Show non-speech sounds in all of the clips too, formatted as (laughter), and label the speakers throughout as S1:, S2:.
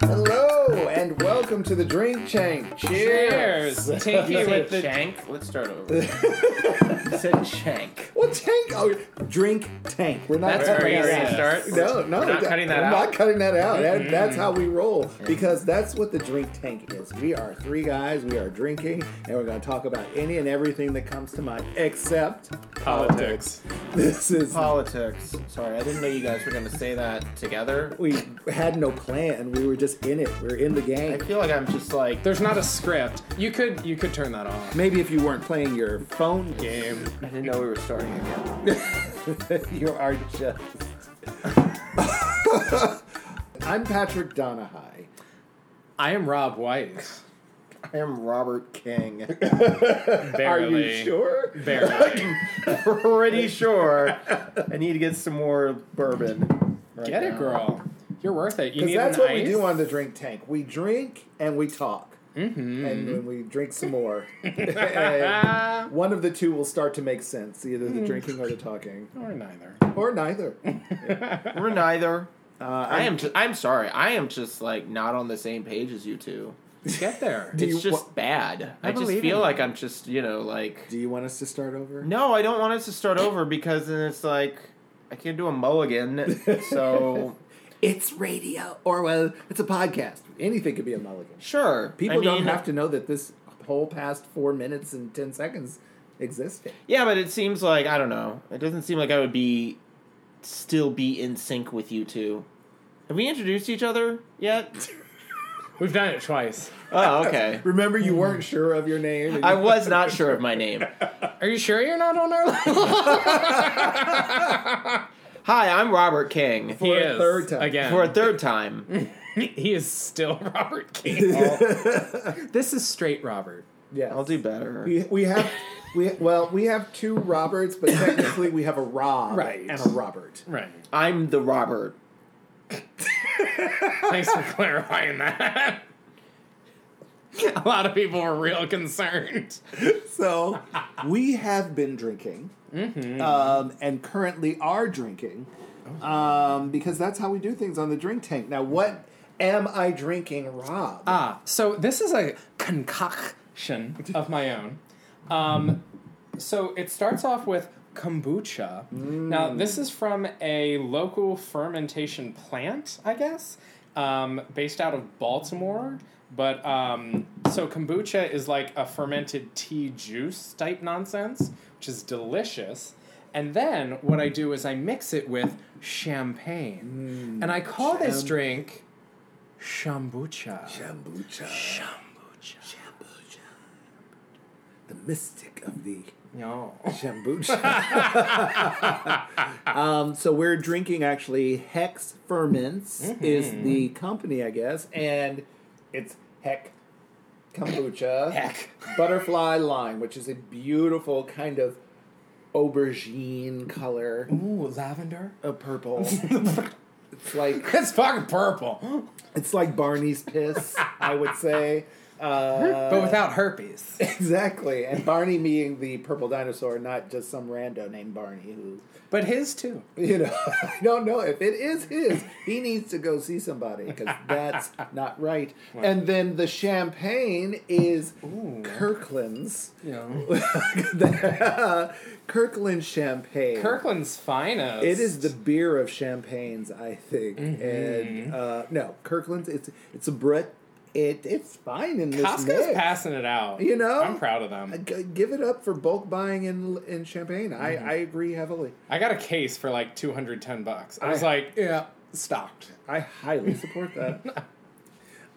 S1: Hello and welcome to the Drink Chank.
S2: Cheers.
S3: You
S2: Tinky
S3: said
S2: with the
S3: shank. Let's start over. you said
S1: (laughs)
S3: shank.
S1: What tank? Oh, drink tank. We're not
S3: That's
S1: cutting
S3: where
S1: that
S3: you're
S1: out.
S3: gonna start.
S1: No, no,
S3: We're not cutting that
S1: I'm
S3: out.
S1: not cutting that out. That, that's how we roll because that's what the drink tank is. We are three guys. We are drinking, and we're going to talk about any and everything that comes to mind, except
S2: politics.
S1: This is
S3: Politics. Sorry, I didn't know you guys were gonna say that together.
S1: we had no plan. We were just in it. We are in the
S3: I
S1: game.
S3: feel like I'm just like
S2: There's not a script. You could you could turn that off.
S1: Maybe if you weren't playing your phone game,
S2: Game.
S3: I didn't know we were starting again.
S1: (laughs) you are just. I'm Patrick Donahue.
S2: I am Rob
S1: (laughs)
S2: White.
S3: I am Robert King.
S2: Barely.
S1: Are you sure? (laughs)
S2: Barely.
S3: (laughs) Pretty sure. I need to get some more bourbon. right
S2: Get it,
S3: now.
S2: girl. You're worth it. You
S1: Because
S2: need
S1: that's
S2: an
S1: what we
S2: ice?
S1: do on the drink tank. We drink and we talk. (laughs) Mm-hmm. And then we drink some more.
S2: Ah,
S1: And one of the two will start to make sense either the drinking or the talking,
S2: Or neither.
S1: or neither.
S3: We're neither. Uh, I am. Ju- I'm sorry. I am just like not on the same page as you two.
S2: Get there.
S1: (laughs) Do you
S3: It's just bad. I, just
S2: believe
S3: feel
S2: in
S3: like I'm just you know like
S1: Do you want us to start over?
S3: No, I don't want us to start over because then it's like I can't do a mulligan. So
S1: It's radio, or well, it's a podcast. Anything could be a mulligan.
S3: sure,
S1: People
S3: I
S1: don't
S3: mean,
S1: have to know that this whole past four minutes and ten seconds existed.
S3: Yeah, but it seems like I don't know. It doesn't seem like I would be still be in sync with you two. Have we introduced each other
S2: (laughs)
S3: yet?
S2: We've done it twice.
S3: oh, okay.
S1: Remember, you weren't sure of your name. and
S3: I
S1: you-
S3: was not sure of my name.
S2: Are you sure you're not on our level?
S3: Hi, I'm Robert King.
S2: He
S1: (laughs) For a
S2: is,
S1: third time.
S2: Again.
S3: For a third time,
S2: (laughs) he is still
S1: (laughs)
S2: Robert King. this is straight Robert.
S1: Yes.
S3: I'll do better.
S1: We, we have we well we have two Roberts, but technically we have a Rob
S2: Right.
S1: and a Robert.
S2: Right.
S3: I'm the Robert.
S2: Thanks for clarifying that. (laughs) a lot of people were real concerned.
S1: So we have been drinking,
S3: Mm-hmm.
S1: um, and currently are drinking, um, because that's how we do things on the drink tank. Now, what am I drinking, Rob?
S2: Ah, so this is a concoction of my own. Um, so it starts off with kombucha. Now, this is from a local fermentation plant, I guess, um, based out of Baltimore. But um, so kombucha is like a fermented tea juice type nonsense, which is delicious. And then what I do is I mix it with champagne. And I call this
S1: Cham-
S2: drink Shambucha.
S1: Kombucha. Kombucha. The mystic of the
S2: No.
S1: Kombucha. (laughs) um, so we're drinking actually Hex Ferments is the company, I guess, and it's Heck Kombucha.
S2: Heck.
S1: Butterfly Lime, which is a beautiful kind of aubergine color,
S2: Ooh, lavender.
S1: a purple. it's like
S2: It's fucking purple,
S1: it's like Barney's piss, I would say. Uh,
S2: but without herpes.
S1: exactly, and Barney being the purple dinosaur, not just some rando named Barney who
S2: But his too.
S1: You know, (laughs) I don't know if it is his. He needs to go see somebody because that's not right. And then the champagne is Kirkland's. (laughs)
S2: You
S1: Kirkland champagne.
S2: (laughs) Kirkland's finest.
S1: It is the beer of champagnes, I think.
S2: Mm-hmm.
S1: And uh, no, Kirkland's. It's it's a Brit. It it's fine in this
S2: Costco's
S1: mix.
S2: passing it out.
S1: You know?
S2: I'm proud of
S1: Uh,
S2: them.
S1: g- Give it up for bulk buying in in champagne. I,
S2: Mm-hmm.
S1: I agree heavily.
S2: I got a case for like 210 bucks. I was
S1: I-
S2: like, yeah, stocked.
S1: I highly support that. (laughs)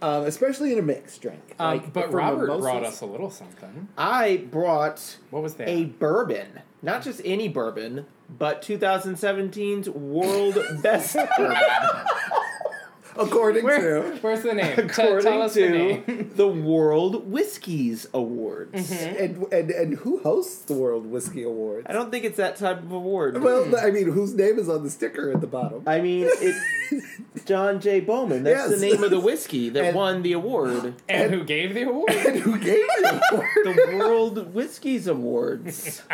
S1: um, especially in a mixed drink. (laughs)
S2: Um,
S1: like
S2: but
S1: for
S2: Robert
S1: mimosas.
S2: brought us a little something.
S3: I brought
S2: What was that?
S3: a bourbon, not just any bourbon, but 2017's world
S2: (laughs)
S3: best bourbon.
S1: according
S2: Where-
S1: to.
S2: (laughs) where's the name?
S3: (laughs)
S2: T-
S3: according
S2: tell us the
S3: to
S2: name. Mm-hmm.
S3: the World Whiskies Awards.
S1: And, and and who hosts the World Whiskey Awards?
S3: Mm-hmm. I don't Mm-hmm. think it's that type of
S1: (laughs)
S3: award.
S1: Well, I mean, whose name is on the sticker at the bottom? (laughs)
S3: I
S2: (laughs)
S3: mean, it's John J. Bowman. That's
S1: Yes.
S3: the name of the whiskey that
S1: And-
S3: won the award.
S2: And who gave
S1: (laughs)
S2: the award?
S1: and who gave it?
S3: The World Whiskies Awards.
S1: (laughs)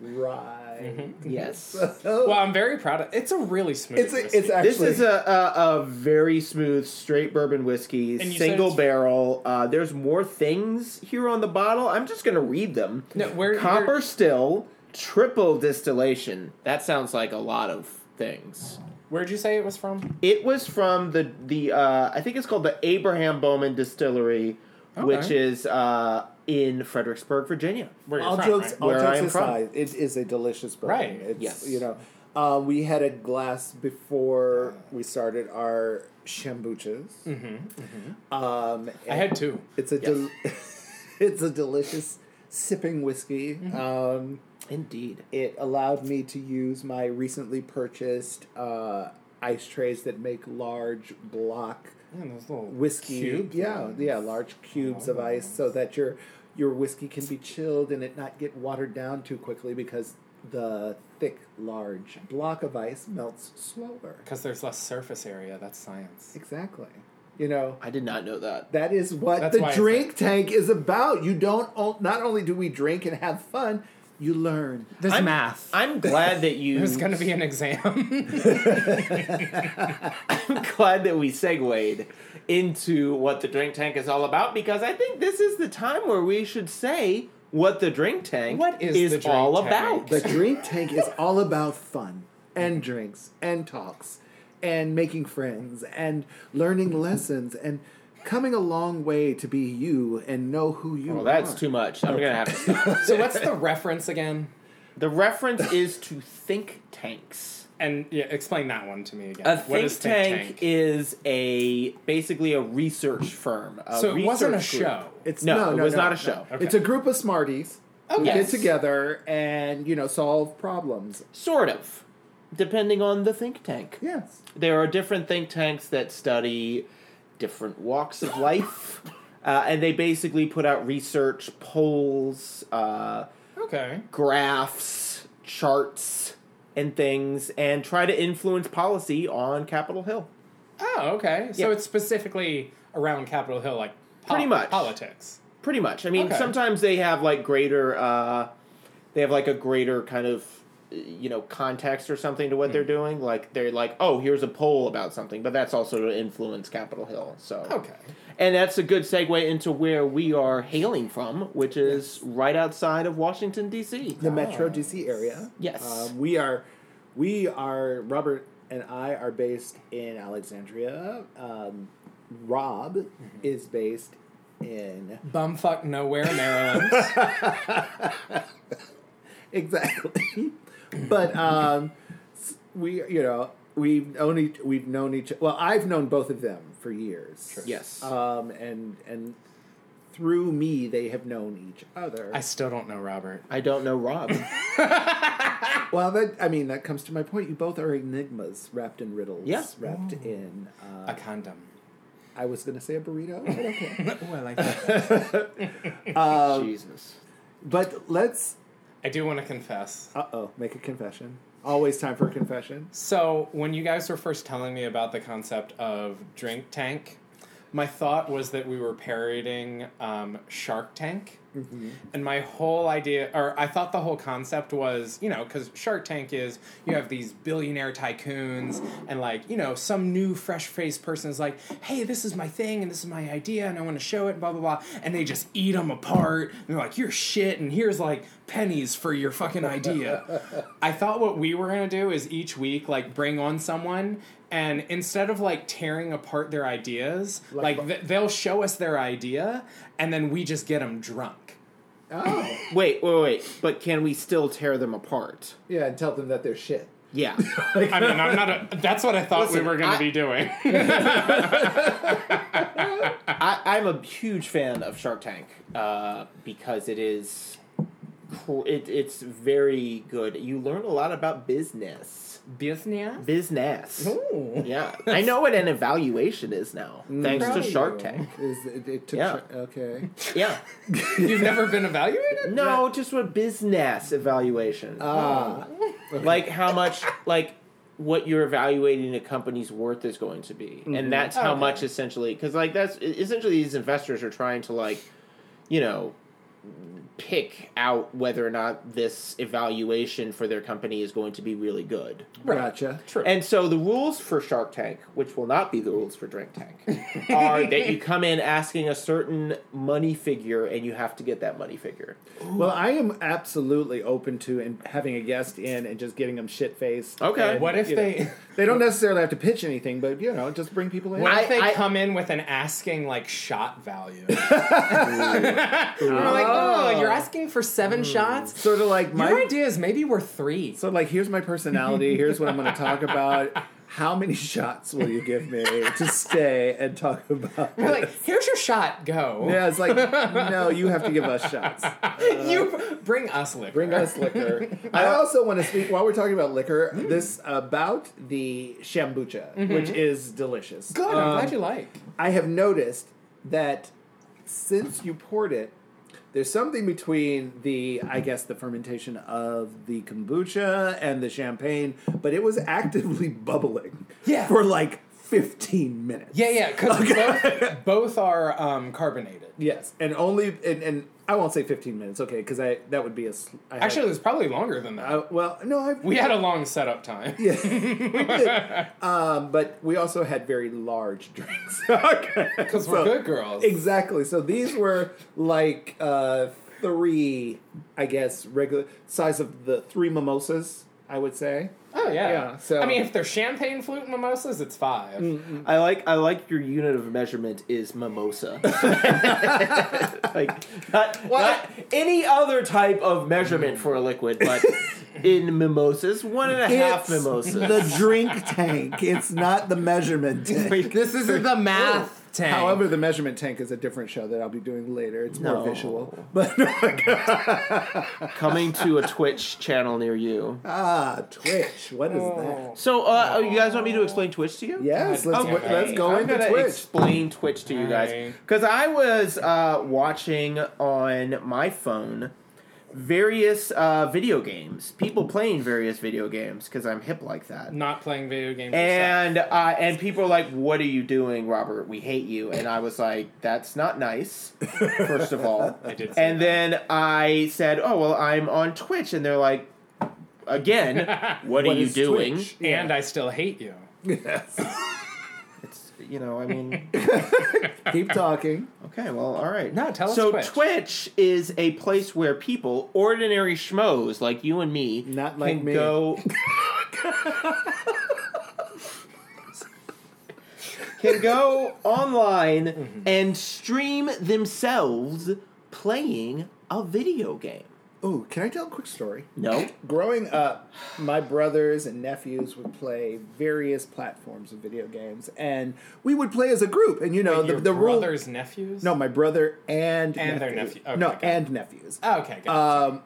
S1: Right.
S3: (laughs) Yes.
S1: So-
S2: Well, I'm very proud of It's a really smooth
S1: it's a,
S2: whiskey.
S1: it's actually
S3: This is a, a, a very smooth straight bourbon whiskey,
S2: And you said
S3: single
S2: it's-
S3: barrel. Uh, there's more things here on the bottle. I'm just gonna read them.
S2: No, where-
S3: copper
S2: where-
S3: still, triple distillation. That sounds like a lot of things.
S2: Where'd you say it was from?
S3: It was from the the uh, I think it's called the Abraham Bowman Distillery, which
S2: Okay.
S3: is uh, in Fredericksburg, Virginia.
S2: Where you're
S1: all
S2: from,
S1: jokes,
S2: right?
S1: all
S3: Where I
S1: jokes
S3: am from.
S1: aside, it is a delicious bourbon.
S2: Right.
S1: It's,
S3: Yes.
S1: You know, um, we had a glass before we started our shambuchas. Mm-hmm. Um,
S2: I
S1: and
S2: had two.
S1: It's a del- (laughs) it's a delicious sipping whiskey.
S2: Mm-hmm.
S1: Um,
S3: Indeed.
S1: it allowed me to use my recently purchased uh, ice trays that make large block
S2: Man, those little
S1: whiskey.
S2: cube
S1: yeah,
S2: ones.
S1: yeah, large cubes of ice, so that your your whiskey can be chilled and it not get watered down too quickly because the thick, large block of ice melts slower.
S2: Because there's less surface area. That's science.
S1: Exactly. You know.
S3: I did not know that.
S1: That is what
S2: That's why
S1: the
S2: it's
S1: drink tank is about. You don't. o- Not only do we drink and have fun, you learn.
S2: This
S3: I'm-
S2: math. (laughs)
S3: I'm glad that you.
S2: There's going to
S3: (laughs)
S2: be an exam.
S3: glad that we segued into what the drink tank is all about because I think this is the time where we should say what the drink tank
S2: What is the drink
S3: all
S2: tank?
S3: about.
S1: The drink tank is all about fun and drinks and talks and making friends and learning lessons and coming a long way to be you and know who you
S3: well,
S1: are.
S3: that's too much. I'm gonna have to stop.
S2: (laughs) so what's the reference again?
S3: the reference is to think tanks.
S2: And yeah, explain that one to me again.
S3: A
S2: what
S3: think,
S2: is think
S3: tank, is a basically a research firm. a
S2: so it wasn't a
S3: research group.
S2: show.
S1: It's
S3: No,
S1: no,
S3: it
S1: no,
S3: was
S1: no,
S3: not a
S1: no.
S3: show.
S2: Okay.
S1: It's a group of smarties
S2: Oh,
S1: who
S2: yes.
S1: get together and you know solve problems.
S3: Sort of, depending on the think tank.
S1: Yes,
S3: there are different think tanks that study different walks of
S2: (laughs)
S3: life, uh, and they basically put out research polls, uh,
S2: Okay.
S3: graphs, charts, and things, and try to influence policy on Capitol Hill.
S2: Oh, okay. So
S3: Yeah.
S2: it's specifically around Capitol Hill, like pol-
S3: Pretty much.
S2: politics.
S3: Pretty much. I mean,
S2: Okay.
S3: sometimes they have like greater, uh, they have like a greater kind of you know context or something to what they're doing like they're like oh here's a poll about something but that's also to influence capitol hill so
S2: Okay.
S3: And that's a good segue into where we are hailing from, which is right outside of Washington, D.C.
S1: the Metro DC area.
S3: Yes.
S1: um, we are. We are Robert and I are based in Alexandria. Um, Rob is based in
S2: Bumfuck nowhere, Maryland.
S1: exactly. but um, s- we, you know, we've known each, we've known each. Well, I've known both of them for years.
S3: Yes. Uh,
S1: Um, and and through me, they have known each other.
S2: I still don't know Robert.
S3: I don't know Rob.
S1: well, that I mean, that comes to my point. You both are enigmas wrapped in riddles.
S3: Yeah.
S1: Wrapped in. Uh,
S2: A condom.
S3: (laughs)
S1: I was going to say a burrito. But okay. (laughs)
S2: well, I,
S3: Jesus.
S1: but let's.
S2: I do want to confess.
S1: Uh oh, make a confession. Always time for a confession.
S2: So, when you guys were first telling me about the concept of drink tank, my thought was that we were parodying um, Shark Tank. And my whole idea, or I thought the whole concept was, you know, because Shark Tank is you have these billionaire tycoons, and like, you know, some new fresh faced person is like, hey, this is my thing, and this is my idea, and I want to show it, and blah, blah, blah. And they just eat them apart, and they're like, you're shit, and here's like pennies for your fucking idea. I thought what we were going to do is each week, like, bring on someone. And instead of like tearing apart their ideas, like, th- they'll show us their idea, and then we just get them drunk.
S1: Oh,
S3: Wait, wait, wait. But can we still tear them apart?
S1: yeah, and tell them that they're shit.
S3: Yeah.
S2: I mean, I'm not. (laughs) A, that's what I thought
S3: Listen,
S2: we were going
S3: I-
S2: to be (laughs) doing.
S3: I, I'm a huge fan of Shark Tank uh, because it is. cr- It, it's very good. You learn a lot about business.
S2: Business.
S3: Business.
S2: Ooh.
S3: Yeah. I know what an evaluation is now,
S1: Mm.
S3: thanks to Shark
S1: Value
S3: Tank.
S1: Is it, it took
S3: Yeah.
S1: Shar-
S3: (laughs)
S1: okay.
S3: Yeah.
S2: You've never been evaluated.
S3: No, just what business evaluation.
S1: Ah,
S3: like how much, like what you're evaluating a company's worth is going to be, and that's
S2: Mm-hmm.
S3: how
S2: Okay.
S3: much e, essentially. Because like that's essentially these investors are trying to like, you know, pick out whether or not this evaluation for their company is going to be really good.
S1: Gotcha.
S2: True.
S3: And so the rules for Shark Tank, which will not be the rules for
S2: (laughs)
S3: Drink Tank, are that you come in asking a certain money figure and you have to get that money figure.
S1: Well, I am absolutely open to and having a guest in and just getting them shit faced.
S3: Okay.
S2: what if
S1: you know.
S2: they
S1: They don't necessarily have to pitch anything, but you know, just bring people in.
S2: what
S3: I-
S2: if they
S3: I-
S2: come in with an asking like shot (laughs) value? And I'm like, oh, you're asking for seven shots?
S1: sort of like my
S2: Your idea is maybe we're three.
S1: So like, here's my
S3: (laughs)
S1: personality. Here's what I'm going to talk about. How many shots will you give me to stay and talk
S3: (laughs)
S1: about?
S2: You're like, here's your shot, go.
S1: yeah, it's like no, you have to give us shots.
S2: (laughs) you Uh, bring us liquor.
S1: Bring us
S2: (laughs)
S1: liquor. I also want to speak while we're talking about liquor.
S2: Hmm.
S1: This about the shambucha, which is delicious.
S2: Mm-hmm.
S1: Um,
S2: Good, I'm glad you like.
S1: I have noticed that since you poured it, there's something between the, I guess, the fermentation of the kombucha and the champagne, but it was actively (laughs) bubbling
S2: Yeah.
S1: for like 15 minutes.
S2: Yeah, yeah, because both, both are um, carbonated.
S1: Yes, and only, and, and I won't say 15 minutes, okay, because I that would be a. sl- I had-
S2: Actually, it was probably longer than that.
S1: I- well, no, I,
S2: we had a long setup time.
S1: (laughs) um, but we also had very large drinks. (laughs) okay,
S2: Because we're good girls.
S1: Exactly. So these were like uh, three, I guess, regular size of the three mimosas. I would say.
S2: Oh yeah. Mm.
S1: Yeah, so-
S2: I mean, if they're champagne flute mimosas, it's 5
S3: I like I like your unit of measurement
S1: (laughs)
S3: is mimosa. like not, not any other type of measurement for a liquid,
S1: (laughs)
S3: but in mimosas, one and a half
S1: It's
S3: mimosas.
S1: The drink tank. It's not the measurement
S3: (laughs)
S1: tank.
S2: This isn't the math (laughs) tank.
S1: However, the measurement tank is a different show that I'll be doing later. It's more
S3: No.
S1: visual. But (laughs) oh
S3: Coming to a Twitch channel near you.
S1: ah, Twitch. What is that?
S3: So, uh, oh, you guys want me to explain Twitch to you?
S1: Yes, let's
S2: Okay.
S1: let's go
S3: I'm
S1: into
S3: gonna
S1: Twitch.
S3: explain Twitch to you guys
S2: Alright.
S3: because I was uh, watching on my phone various uh, video games, people playing various video games because I'm hip like that.
S2: (laughs) not playing video games.
S3: And uh, and people are like, "What are you doing, Robert? We hate you." And I was like, "That's not nice." First of all,
S2: I did say
S3: and then I said, "Oh well, I'm on Twitch," and they're like, "Again, what, are
S1: What
S3: you
S1: is
S3: doing?"
S1: Twitch?
S2: and I still hate you.
S1: Yes.
S3: It's you know, I mean.
S1: Keep talking.
S3: Okay, well, all right.
S2: No, tell us
S3: So
S2: Twitch.
S3: is a place where people, ordinary schmoes like you and me,
S1: Not like
S3: can
S1: me.
S2: (laughs)
S3: go. can go online
S2: Mm-hmm.
S3: and stream themselves playing a video game.
S1: Oh, can I tell a quick story?
S3: No.
S1: Growing up, my brothers and nephews would play various platforms of video games, and we would play as a group. And you know, the,
S2: Your
S1: the rule.
S2: brothers, nephews.
S1: No, my brother and
S2: And their
S1: nephew.
S2: nephew. Okay,
S1: no,
S2: got it.
S1: and nephews.
S2: Oh, okay. Got it.
S1: Um,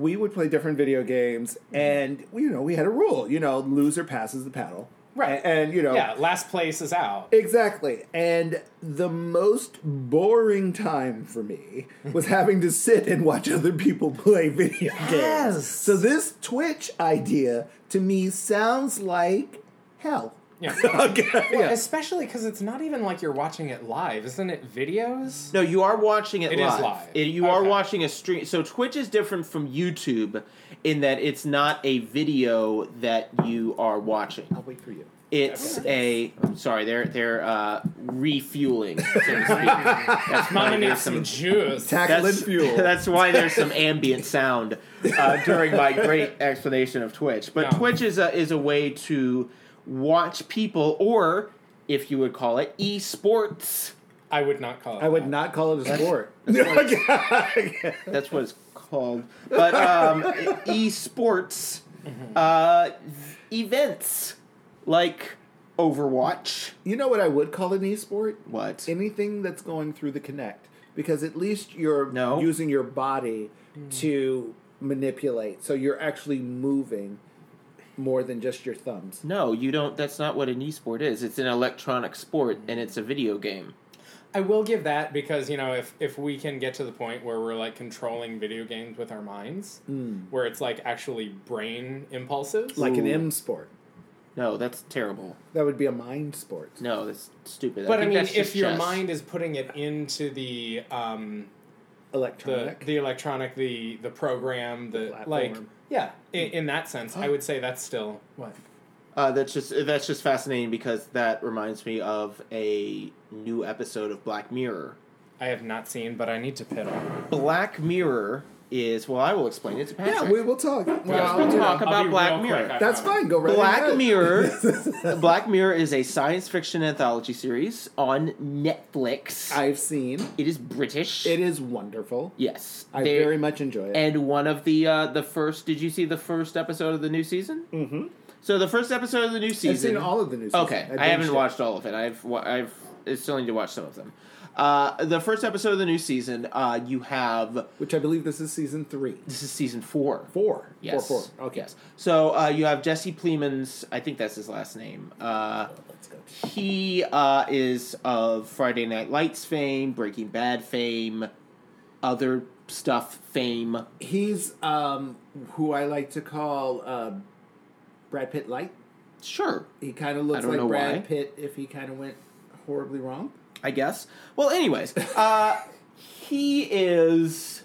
S1: we would play different video games, and we, you know, we had a rule. You know, loser passes the paddle.
S2: Right.
S1: A- And, you know,
S2: yeah. Last place is out.
S1: Exactly. And the most boring time for me was having to sit and watch other people play video games.
S2: Yes.
S1: So this Twitch idea to me sounds like (laughs) hell.
S2: Yeah. (laughs)
S1: Okay. yeah.
S2: Especially because it's not even like you're watching it live, isn't it? Videos.
S3: No, you are watching it,
S2: It is
S3: live.
S2: live.
S3: It- you are
S2: Okay.
S3: watching a stream. So Twitch is different from YouTube in that it's not a video that you are watching.
S1: I'll wait for you.
S3: It's a I'm sorry, they're they're uh, refueling. So to speak. That's why
S2: Mama
S3: there's
S2: needs some juice.
S1: Tackle and
S3: That's,
S1: fuel.
S3: (laughs) that's why there's some ambient sound uh, during my great explanation of Twitch. But
S2: No.
S3: Twitch is a is a way to watch people, or if you would call it esports.
S2: I would not call it.
S1: I would
S2: that.
S1: not call it a (laughs) sport.
S3: That's what it's called. But um, (laughs) esports uh, events like Overwatch.
S1: you know what I would call an e-sport?
S3: What?
S1: anything that's going through the connect because at least you're
S3: No.
S1: using your body
S3: Hmm.
S1: to manipulate so you're actually moving more than just your thumbs
S3: No, you don't. That's not what an esport is. It's an electronic sport, and it's a video game.
S2: I will give that because you know if if we can get to the point where we're like controlling video games with our minds, where it's like actually brain impulses,
S1: Hmm. like an
S3: Ooh.
S1: m sport
S3: No, that's terrible.
S1: that would be a mind sport
S3: No, that's stupid.
S2: But I,
S3: think
S2: mean,
S3: that's just
S2: if your
S3: chess.
S2: mind is putting it into the um, the
S1: electronic.
S2: the electronic, the the program, the, like
S1: platform. Hmm.
S2: yeah. In, in that sense, I would say that's still
S1: what?
S3: Uh, that's just that's just fascinating because that reminds me of a new episode of Black Mirror.
S2: I have not seen, but I need to pit on.
S3: Black Mirror is well, I will explain it to Patrick.
S1: Yeah, we will talk.
S3: Well,
S1: Well,
S3: we'll
S1: you know,
S3: talk
S2: I'll
S3: about
S2: be
S3: Black
S2: real quick.
S3: Mirror.
S2: I
S1: that's
S2: promise.
S1: fine. Go right
S3: Black
S1: ahead.
S3: Mirror. Black Mirror is a science fiction anthology series on Netflix.
S1: (laughs) I've seen.
S3: it is British.
S1: It is wonderful.
S3: yes,
S1: I
S3: They-
S1: very much enjoy it.
S3: and one of the uh, the first. Did you see the first episode of the new season? Mm-hmm. So the first episode of the new season.
S1: I've seen all of the news.
S3: Okay, I, haven't watched all of it. I've wa- I've I still need to watch some of them. Uh, the first episode of the new season, uh, you have
S1: which I believe this is season three,
S3: this is season four.
S1: four,
S3: Yes.
S1: four, Oh, four. Okay,
S3: Yes. So uh, you have Jesse Plemons. I think that's his last name. Uh,
S1: let's go.
S3: he uh, is of Friday Night Lights fame, Breaking Bad fame, other stuff fame.
S1: He's um, who I like to call uh, Brad Pitt light.
S3: Sure,
S1: He kind of looks
S3: don't
S1: like
S3: know
S1: Brad
S3: why.
S1: Pitt if he kind of went horribly wrong.
S3: I guess. Well, anyways, uh, he is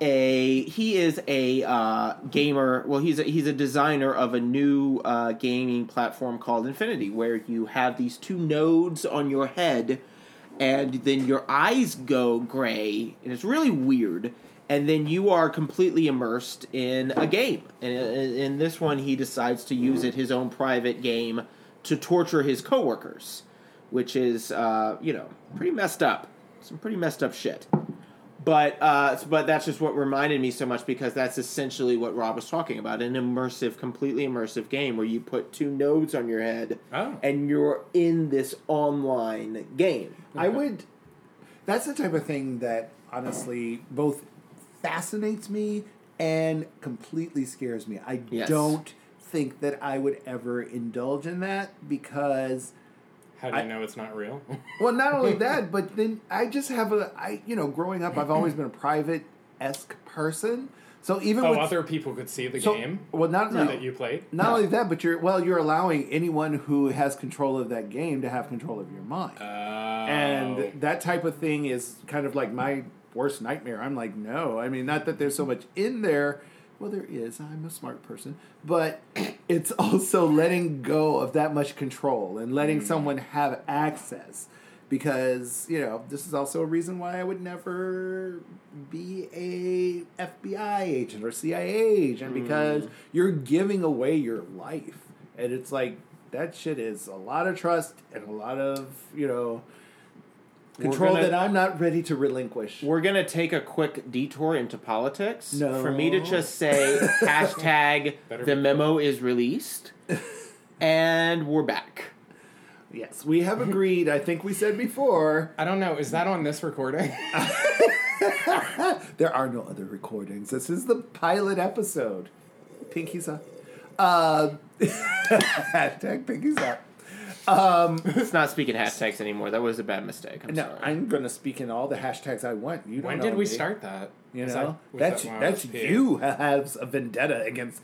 S3: a he is a uh, gamer. Well, he's a, he's a designer of a new uh, gaming platform called Infinity, where you have these two nodes on your head, and then your eyes go gray, and it's really weird. And then you are completely immersed in a game. And in in this one, he decides to use it his own private game to torture his coworkers which is uh, you know pretty messed up, some pretty messed up shit. But uh, but that's just what reminded me so much because that's essentially what Rob was talking about an immersive, completely immersive game where you put two nodes on your head
S2: Oh.
S3: and you're in this online game.
S1: I would. That's the type of thing that honestly both fascinates me and completely scares me. I
S3: Yes.
S1: don't think that I would ever indulge in that because
S2: How do you
S1: I-
S2: know it's
S1: (laughs)
S2: not real?
S1: well, not
S3: (laughs)
S1: only that, but then I just have a I you know growing up I've always been a private esque person. So even
S2: oh,
S1: with
S2: other people could see the
S1: so,
S2: game
S1: well not no.
S2: that you played.
S1: Not only that, but you're well. You're allowing anyone who has control of that game to have control of your mind,
S2: Oh.
S1: and that type of thing is kind of like my worst nightmare. I'm like, no. I mean, not that there's so much in there. Well, there is. I'm a smart person, but (clears throat) it's also letting go of that much control and letting someone have access. Because you know, this is also a reason why I would never be a FBI agent or CIA agent because you're giving away your life, and it's like that shit is a lot of trust and a lot of you know control
S3: gonna-
S1: that I'm not ready to relinquish.
S3: We're gonna take a quick detour into politics.
S1: No.
S3: For me to just
S1: (laughs)
S3: say hashtag
S2: Better
S3: the
S2: be-
S3: memo is released, and we're back.
S1: Yes, we have agreed. I think we said before
S2: I don't know. Is that on this
S1: (laughs)
S2: recording?
S1: there are no other recordings. This is the pilot episode. Pinkies up. Uh, (laughs) hashtag pinkies up.
S3: It's not speaking hashtags anymore. That was a bad mistake. I'm
S1: No,
S3: sorry.
S1: I'm gonna speak in all the hashtags I want. You don't
S2: when
S1: know
S2: did we
S1: me.
S2: start that?
S1: You
S2: Was
S1: know,
S2: that- was
S1: that's
S2: that when I
S1: that's
S2: was here?
S1: you has a vendetta against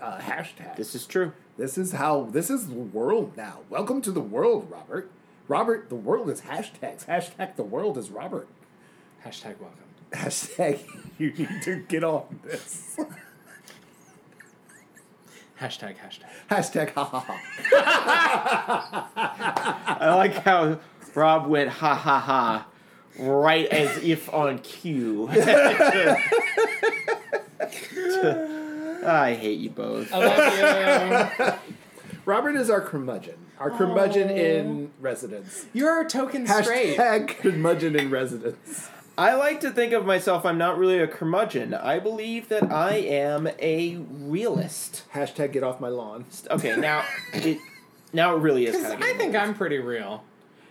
S1: uh, hashtag. This,
S3: This is true.
S1: is how this is the world now. Welcome to the world, Robert. Robert, the world is hashtags. Hashtag the world is Robert.
S2: Hashtag welcome.
S1: Hashtag (laughs) you need to get on this. (laughs)
S2: Hashtag hashtag.
S1: Hashtag ha ha ha.
S3: I like how Rob went ha ha ha right as if on cue. (laughs) I hate you both.
S2: I love
S1: Robert is our curmudgeon. Our curmudgeon in residence.
S2: you. (laughs) You're a token straight.
S1: Hashtag curmudgeon in residence.
S3: I like to think of myself, I'm not really a curmudgeon. I believe that I am a realist.
S1: Hashtag get off my lawn. (laughs)
S3: Okay, now it now it really is kind of
S2: I think I'm pretty real.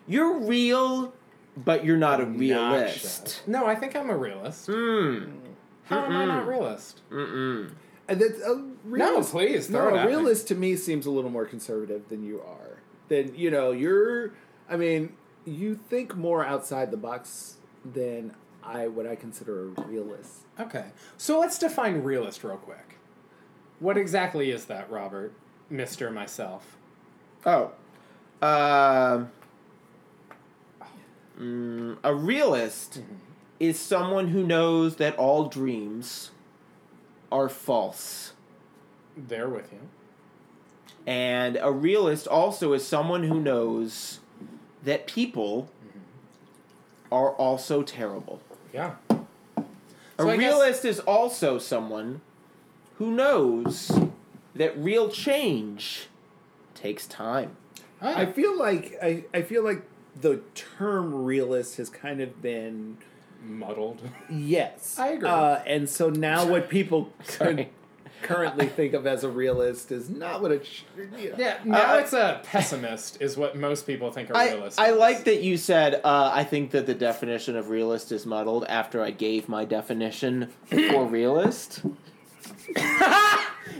S3: You're real, but you're not a realist.
S2: No, I think I'm a realist.
S1: Hmm.
S2: How am I not realist?
S1: And that's a
S2: No,
S1: realist.
S2: please. Throw
S1: No,
S2: it at
S1: a
S2: me.
S1: realist to me seems a little more conservative than you are. Than you know, you're. I mean, you think more outside the box than I what I consider a realist.
S2: Okay. So let's define realist real quick. What exactly is that, Robert? Mr. Myself.
S3: Oh.
S2: Mm-hmm.
S3: Um mm, a realist is someone who knows that all dreams are false.
S2: There with you.
S3: And a realist also is someone who knows that people
S2: Mm-hmm.
S3: are also terrible.
S2: Yeah.
S3: A
S2: So I guess-
S3: realist is also someone who knows that real change takes time.
S2: Ah.
S1: I feel like I, I feel like the term realist has kind of been
S2: muddled.
S1: yes.
S2: I agree.
S1: Uh, and so now (laughs) what people
S3: Sorry.
S1: currently think of as a realist is not what it should. You know.
S2: Yeah, (laughs) now
S3: Uh,
S2: it's a pessimist, is what most people think a
S3: I,
S2: realist.
S3: I
S2: is.
S3: like that you said, uh, I think that the definition of realist is muddled after I gave my definition
S2: (clears throat)
S3: for realist.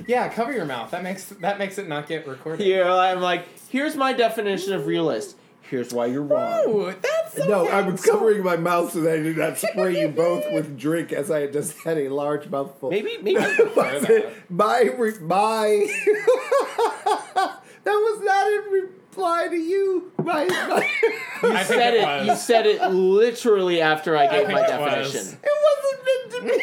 S2: Yeah, cover your mouth. That makes that makes it not get recorded.
S3: Here, I'm like, here's my definition of realist. Here's why you're wrong.
S2: Ooh, that's
S1: No, I was covering my mouth so that I did not spray you both with drink as I had just had a large mouthful. (laughs)
S3: Maybe, maybe.
S1: Was it my re- my (laughs) that was not in reply to you. My, (laughs) my
S2: I think
S3: said
S2: it
S3: it,
S2: was. (laughs)
S3: you said it literally after I gave
S2: think
S3: my
S2: it
S3: definition.
S1: it wasn't meant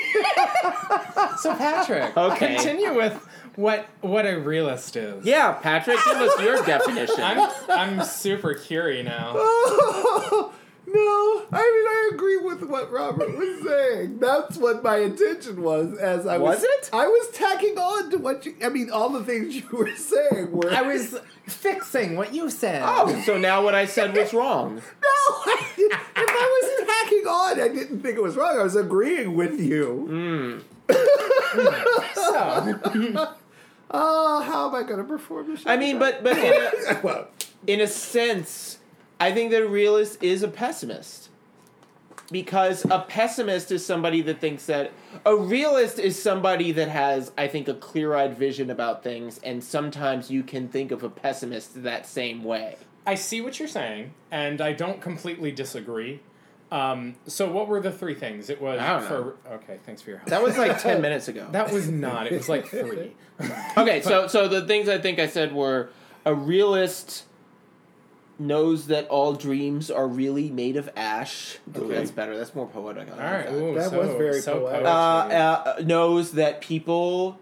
S1: to be.
S2: so Patrick.
S3: Okay.
S2: Continue with what what a realist is.
S3: Yeah, Patrick, give
S2: (laughs)
S3: us your definition.
S2: I'm I'm super curious
S3: (laughs)
S2: now.
S1: Oh, no, I mean I agree with what Robert was saying. That's what my intention was. As I was,
S3: Was it?
S1: I was tacking on to what you. I mean, all the things you were saying were.
S2: fixing what you said.
S3: oh, so now what I said was wrong.
S1: No, I didn't- if I was tacking on, I didn't think it was wrong. I was agreeing with you.
S3: Hmm.
S2: So,
S1: (laughs) Oh, how am I going to perform this?
S3: I mean,
S1: (laughs)
S3: but but in a,
S1: well,
S3: in a sense, I think that a realist is a pessimist. Because a pessimist is somebody that thinks that a realist is somebody that has, I think, a clear eyed vision about things, and sometimes you can think of a pessimist that same way.
S2: I see what you're saying, and I don't completely disagree. Um, so what were the three things? It was
S3: I don't know.
S2: for okay, thanks for your help.
S3: That was like 10 minutes ago.
S2: that was not. It was like three.
S3: (laughs) Okay, so so the things I think I said were a realist knows that all dreams are really made of ash. Ooh,
S1: Okay.
S3: that's better. That's more poetic. I like
S2: All right.
S3: that.
S2: ooh,
S1: That
S2: so-
S1: was very
S2: so
S1: poetic.
S3: Uh,
S2: poetry.
S3: uh, knows that people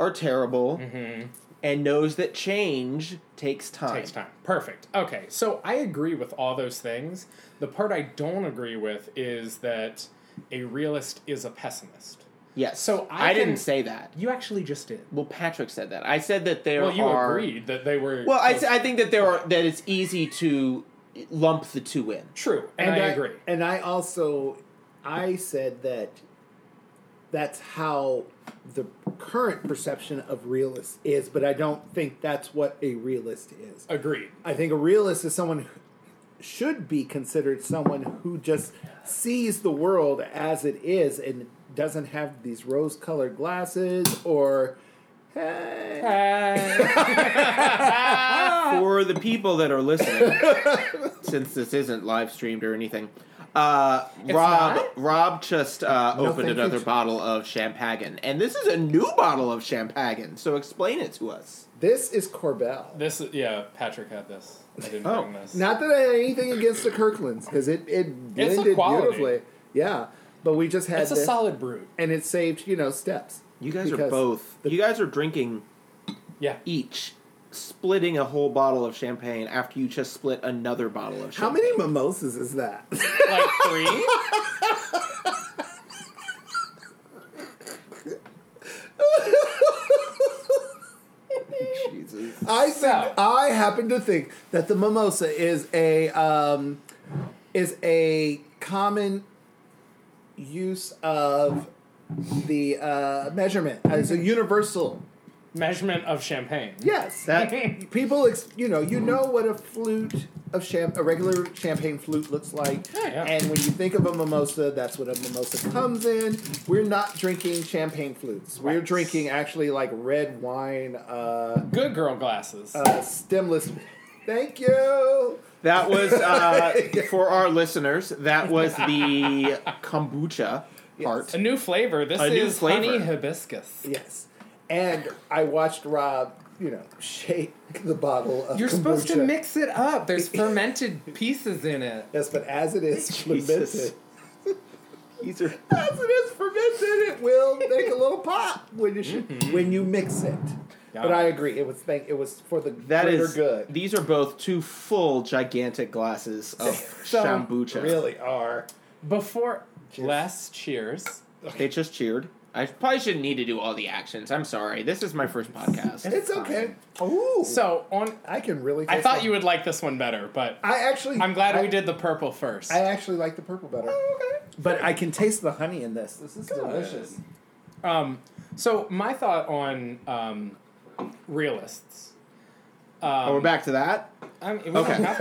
S3: are terrible
S2: Mhm.
S3: and knows that change Mm-hmm. takes time.
S2: Takes time. Perfect. Okay, so I agree with all those things. The part I don't agree with is that a realist is a pessimist.
S3: Yes.
S2: So I
S3: I, didn't
S2: can-
S3: say that.
S2: You actually just did.
S3: Well, Patrick said that. I said that there
S2: Well, you
S3: are.
S2: agreed that they were.
S3: Well, I,
S2: close-
S3: I think that there are that it's easy to lump the two in.
S2: true, and, I, agree.
S1: And I also, I said that that's how the current perception of realist is, but I don't think that's what a realist is.
S2: Agreed.
S1: I think a realist is someone who should be considered someone who just sees the world as it is and doesn't have these rose-colored glasses or hey,
S3: (laughs) For the people that are listening, (laughs) since this isn't live streamed or anything, uh, Rob
S2: not?
S3: Rob just uh,
S1: thank
S3: opened
S1: you.
S3: another bottle of champagne, and this is a new bottle of champagne. So explain it to us.
S1: this is Corbell.
S2: This, is- yeah, Patrick had this. I didn't
S3: Oh,
S2: bring this.
S1: Not that I had anything against the Kirklands because it it blended
S2: quality.
S1: beautifully. Yeah, but we just had
S2: it's a
S1: this,
S2: solid brew.
S1: and it saved you know steps.
S3: You guys are
S1: Because
S3: both.
S1: the-
S3: you guys are drinking
S2: Yeah.
S3: each, splitting a whole bottle of champagne after you just split another bottle of champagne.
S1: How many mimosas is that?
S2: (laughs)
S1: (laughs)
S2: Like three?
S3: Jesus.
S1: I think
S2: So-
S1: I happen to think that the mimosa is a um, is a common use of the uh, measurement. It's a universal.
S2: Measurement of champagne.
S1: Yes,
S3: That-
S1: people, ex- you know, you know what a flute of champ, a regular champagne flute looks like,
S2: Oh, yeah.
S1: and when you think of a mimosa, that's what a mimosa comes in. We're not drinking champagne flutes. We're
S2: Right.
S1: drinking actually like red wine, uh,
S2: (laughs) Good girl glasses.
S1: uh, stemless. Thank you.
S3: That was uh,
S1: (laughs)
S3: for our listeners. That was the kombucha part.
S2: a new flavor. This
S3: a new
S2: is
S3: flavor.
S2: honey hibiscus.
S1: Yes. And I watched Rob, you know, shake the bottle of
S2: You're supposed to
S1: kombucha.
S2: mix it up.
S3: (laughs)
S2: There's fermented pieces in it. (laughs)
S1: Yes, but as it is
S3: Jesus.
S1: fermented,
S3: Easer.
S1: As it is fermented, (laughs) it will make a little pop when you should,
S2: Mm-hmm.
S1: when you mix it.
S2: Yeah.
S1: But I agree. It was thank, it was for the
S3: That
S1: greater
S3: is
S1: good.
S3: These are both two full gigantic glasses
S1: (laughs)
S3: of
S1: Some
S3: shambucha.
S1: really are.
S2: Before less cheers.
S3: They just cheered. I probably shouldn't need to do all the actions. I'm sorry. This is my first podcast.
S1: It's okay. Ooh,
S2: So on,
S1: I can really.
S2: I
S1: taste
S2: thought
S1: that.
S2: you would like this one better, but
S1: I actually.
S2: I'm glad
S1: I,
S2: we did the purple first.
S1: I actually like the purple better.
S3: okay.
S1: But I can taste the honey in this. This is delicious.
S2: Um, so my thought on um, realists. Um,
S3: Oh, we're back to that.
S2: I mean, we
S3: Okay.
S2: don't have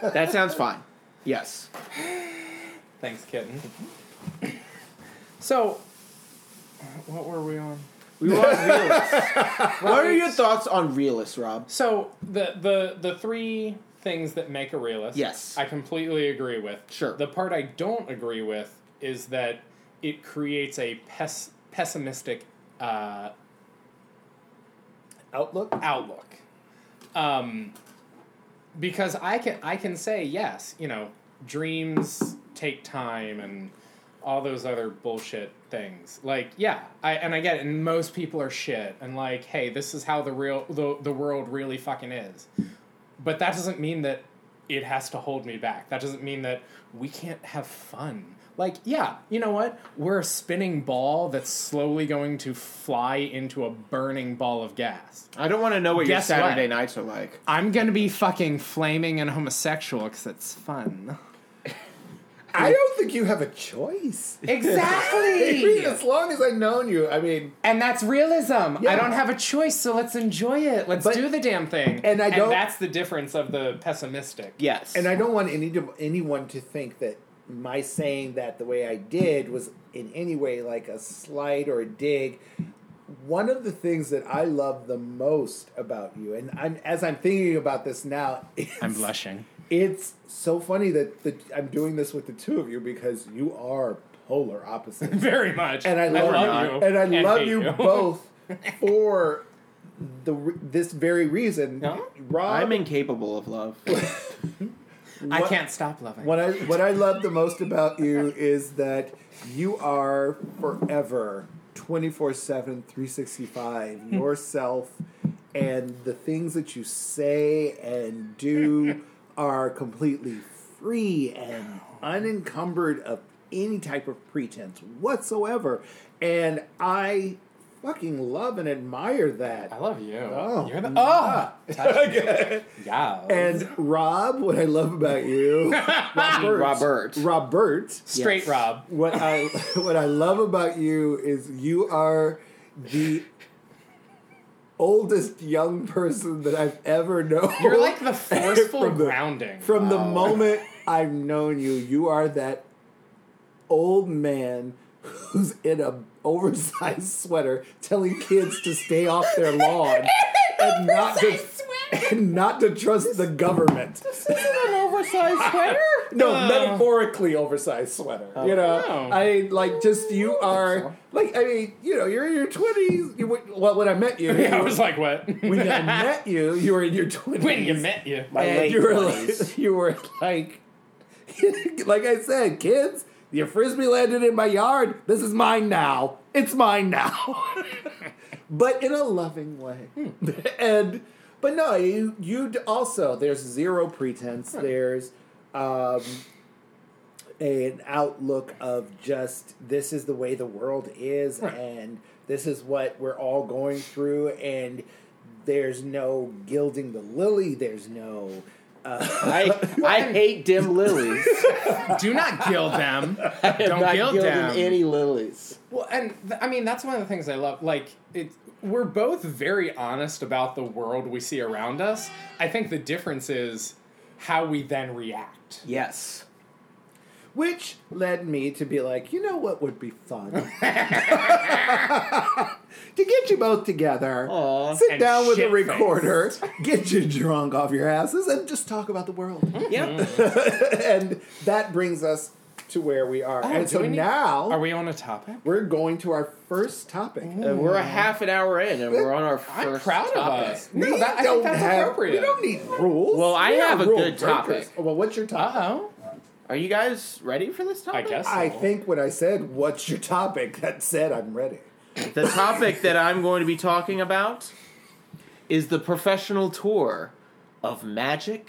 S2: to
S3: (laughs)
S2: be.
S3: That sounds fine. Yes.
S2: Thanks, kitten. So, Mm-hmm. what were we on?
S3: We want (laughs) realists. what are your thoughts on realists, Rob?
S2: So the the the three things that make a realist.
S3: Yes.
S2: I completely agree with.
S3: Sure.
S2: The part I don't agree with is that it creates a pes- pessimistic uh,
S1: Outlook.
S2: outlook. Um, because I can I can say yes, you know, dreams take time and all those other bullshit things. Like, yeah, I and I get it. And most people are shit. And like, hey, this is how the real the, the world really fucking is. But that doesn't mean that it has to hold me back. That doesn't mean that we can't have fun. Like, yeah, you know what? We're a spinning ball that's slowly going to fly into a burning ball of gas.
S3: I don't want to know what
S2: Guess
S3: your Saturday
S2: what?
S3: nights are like.
S2: I'm gonna be fucking flaming and homosexual because it's
S1: (laughs)
S2: fun.
S1: I don't think you have a choice. (laughs) I mean,
S2: Exactly.
S1: as long as I've known you, I mean,
S2: and that's realism.
S1: Yeah.
S2: I don't have a choice, so let's enjoy it. Let's
S1: But-
S2: do the damn thing.
S1: and I don't-
S2: that's the difference of the pessimistic.
S3: Yes.
S1: and I don't want any anyone to think that my saying that the way I did was in any way like a slight or a dig. One of the things that I love the most about you, and I'm as I'm thinking about this now, (laughs) it's,
S2: I'm blushing.
S1: It's so funny that the, I'm doing this with the two of you because you are polar opposites. (laughs)
S2: (laughs) Very much.
S1: and I love, you, and I love
S2: hate
S1: you, (laughs) both for the re- this very reason.
S2: No?
S1: Rob,
S3: I'm incapable of love.
S2: (laughs)
S3: (laughs)
S2: I can't stop loving.
S1: what I what I love the most about you is that you are forever 24/7 365 yourself and the things that you say and do are completely free and unencumbered of any type of pretense whatsoever and I fucking love and admire that.
S2: I love you.
S1: Oh.
S2: You're the oh. Touch me. (laughs) Yeah.
S1: (laughs) And Rob, what I love about you, Robert,
S3: Robert.
S1: Robert,
S2: straight
S3: Yes.
S2: Rob.
S1: what I (laughs) what I love about you is you are the oldest young person that I've ever known.
S2: You're like the forceful
S1: From the- (laughs)
S2: grounding.
S1: from the moment I've known you, you are that old man who's in a oversized sweater telling kids to stay off their
S2: (laughs)
S1: lawn and not to (laughs) and not to trust the government.
S2: an oversized sweater.
S1: No,
S2: Uh.
S1: metaphorically oversized sweater. you know,
S2: Oh.
S1: I like just you are like I mean, you know, you're in your twenties. You were- well, when I met you,
S2: (laughs) (laughs) Yeah, I
S1: you
S2: was like, what?
S1: were- when
S2: (laughs)
S1: I met you, you were in your twenties.
S2: when you met you.
S3: My late
S1: and you were
S3: 20s.
S1: like, (laughs) you were like, (laughs) like I said, kids, your frisbee landed in my yard. This is mine now. It's mine now, (laughs) but in a loving way.
S2: Hmm.
S1: (laughs) and but no, you you d- also there's zero pretense. There's um, an outlook of just this is the way the world is and this is what we're all going through and there's no gilding the lily there's no
S3: I I hate dim (laughs) lilies.
S2: Do not gild
S3: (laughs)
S2: them.
S3: I'm
S2: Don't
S3: not
S2: gild
S3: gilding
S2: them.
S3: any lilies.
S2: Well, and th- I mean that's one of the things I love. Like it, we're both very honest about the world we see around us. I think the difference is how we then react.
S3: Yes.
S1: which led me to be like you know what would be
S2: (laughs)
S1: fun to get you both together
S3: Aw.
S1: sit
S2: And
S1: down with a
S2: shit-faced.
S1: recorder get you drunk off your asses and just talk about the world
S3: (laughs) Yep.
S1: (laughs) and that brings us to where we are and
S2: Mm. Oh, do
S1: so
S2: we need-
S1: now
S2: Are we on a topic?
S1: we're going to our first topic Uh,
S3: And Uh, we're a half an hour in, and we're on our 1st
S2: I'm proud
S3: topic.
S2: of us. No, that, I think that's
S1: have, We
S2: appropriate.
S1: don't need rules.
S3: Well, I
S1: We are
S3: have a
S1: rule
S3: good
S1: breakers.
S3: topic.
S1: Well, what's your
S2: Uh
S1: topic?
S2: oh.
S3: Are you guys ready for this topic?
S2: guess.
S1: I
S2: So-
S1: think when I said, "What's your topic?" that said, I'm ready.
S3: The topic that I'm going to be talking about is the professional tour of Magic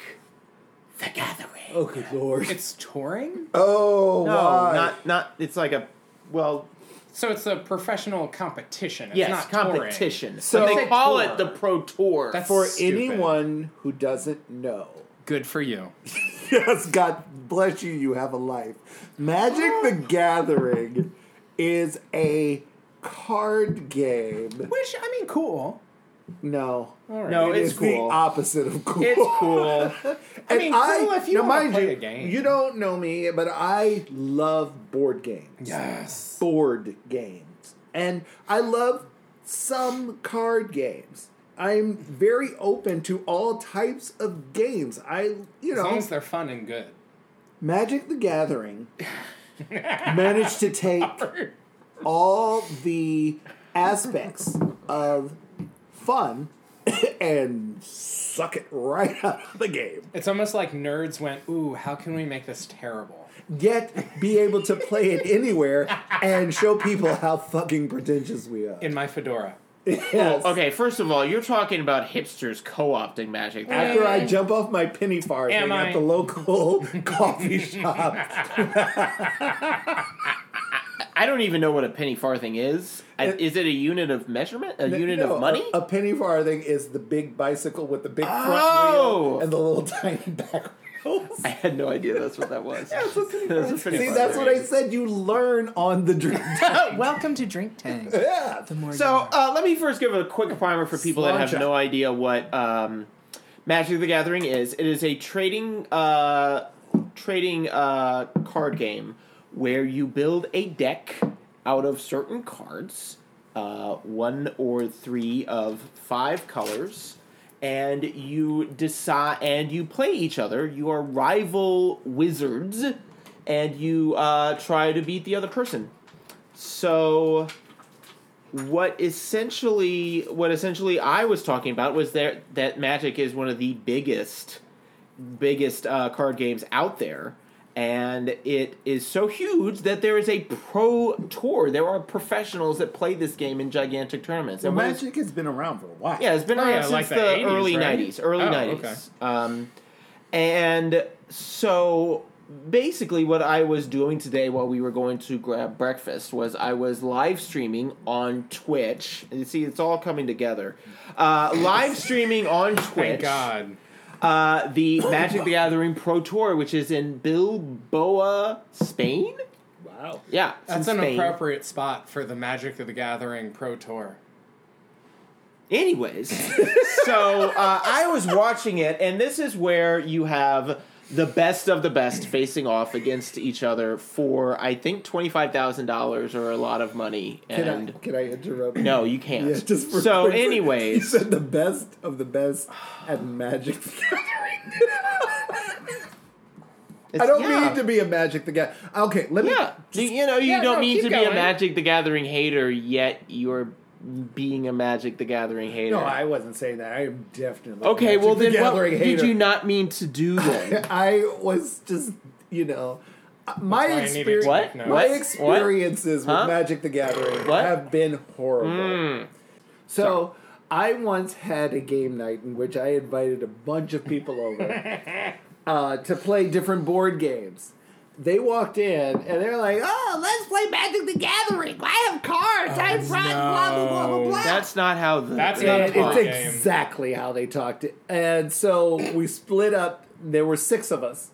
S3: the Gathering.
S1: Oh, good lord!
S2: It's touring?
S1: (laughs) oh,
S3: no,
S1: why?
S3: not not it's like a well,
S2: So it's a professional competition. It's
S3: yes,
S2: not touring.
S3: competition.
S1: So-
S3: but they call
S2: Tour.
S3: it the pro tour.
S2: That's
S1: for
S2: stupid.
S1: anyone who doesn't know. (laughs)
S2: Good for you.
S1: Yes, God bless you. You have a life. Magic: The (gasps) Gathering is a card game.
S2: Which I mean cool.
S1: No,
S2: All right.
S3: No,
S1: it
S3: it's
S1: is
S3: cool.
S1: the opposite of cool.
S3: it's
S1: (laughs)
S3: cool.
S1: And
S2: mean, cool if you
S1: now,
S2: wanna
S1: mind
S2: play
S1: you,
S2: a game.
S1: You don't know me, but I love board games.
S2: Yes.
S1: board games. And I love some card games. I'm very open to all types of games. I, you
S2: As long
S1: know,
S2: as they're fun and good.
S1: Magic the
S2: (laughs)
S1: Gathering managed to take all the aspects of fun (laughs) and suck it right out of the game.
S2: It's almost like nerds went, ooh, how can we make this terrible?
S1: Yet be able to play it anywhere and show people how fucking pretentious we are.
S2: In oh, my fedora.
S1: Yes.
S3: Okay, first of all, you're talking about hipsters co-opting Magic. the
S1: After I jump off my penny farthing
S2: Am
S1: at
S2: I?
S1: the local (laughs) coffee shop,
S3: I don't even know what a penny farthing is. I- Is it a unit of measurement? A unit
S1: No,
S3: of money?
S1: A, a penny farthing is the big bicycle with the big front
S3: Oh!
S1: wheel and the little (laughs) tiny back wheels.
S3: (laughs) I had no idea that's what that (laughs) was. (laughs) that's a penny
S1: See, that's what I said. You learn on the drink.
S2: Welcome to
S1: (laughs)
S2: Drink Tank.
S1: yeah.
S2: Oh
S3: So uh, let me first give a quick primer for people that have
S1: Sláinte.
S3: no idea what um, Magic the Gathering is. It is a trading uh, trading uh, card game where you build a deck out of certain cards, uh, one or three of five colors, and you decide and you play each other. You are rival wizards, and you uh, try to beat the other person. So what essentially what essentially I was talking about was there that Magic is one of the biggest biggest uh, card games out there, and it is so huge that there is a pro tour. There are professionals that play this game in gigantic tournaments. And what is-
S1: Magic has been around for a while.
S3: yeah, it's been
S2: Oh,
S3: around
S2: yeah,
S3: since
S2: like
S3: the,
S2: the 80s,
S3: early
S2: right?
S3: '90s, early
S2: Oh,
S3: '90s.
S2: okay.
S3: Um, and so basically, what I was doing today while we were going to grab breakfast was I was live streaming on Twitch. And you see, it's all coming together. Uh,
S2: (laughs)
S3: live streaming on
S2: Thank
S3: Twitch
S2: God.
S3: uh, the Magic the Gathering Pro Tour, which is in Bilboa, Spain.
S1: Wow.
S3: Yeah, it's
S2: That's
S3: in
S2: an
S3: Spain.
S2: appropriate spot for the Magic of the Gathering Pro Tour.
S1: (laughs)
S3: Anyways, so uh, I was watching it, and this is where you have the best of the best facing off against each other for I think twenty five thousand dollars or a lot of money.
S1: Can
S3: And
S1: I, can I interrupt?
S3: no, you can't.
S1: Yeah, just for
S3: so,
S1: quick- You (laughs)
S3: anyways,
S1: said the best of the best at Magic the Gathering. (laughs) I don't
S3: yeah.
S1: need to be a Magic the Gathering. Okay, let me.
S3: Yeah, you- you know, you
S2: Yeah,
S3: don't
S2: no,
S3: need
S2: keep
S3: to be a
S2: going.
S3: Magic the Gathering hater, yet you're being a Magic the Gathering hater.
S1: No, I wasn't saying that. I am definitely.
S3: okay,
S1: Magic
S3: well
S1: the
S3: then, what
S1: Gathering
S3: did
S1: hater.
S3: you not mean to do then?
S1: (laughs) I was just, you know, uh, my
S2: why I needed
S1: experience.
S2: to What? know.
S1: My
S3: What?
S1: experiences
S3: Huh?
S1: with Magic the Gathering
S3: What? Hmm.
S1: have been horrible. So. I once had a game night in which I invited a bunch of people over uh, to play different board games. They walked in and they're like, "Oh, let's play Magic the Gathering. I have cards. I have friends. Blah blah blah blah
S2: no.
S1: blah."
S3: That's not how. The,
S2: That's
S3: it-
S2: not a
S1: And
S2: board
S1: it's
S2: game.
S1: exactly how they talked. It. And so we split up. There were six of us.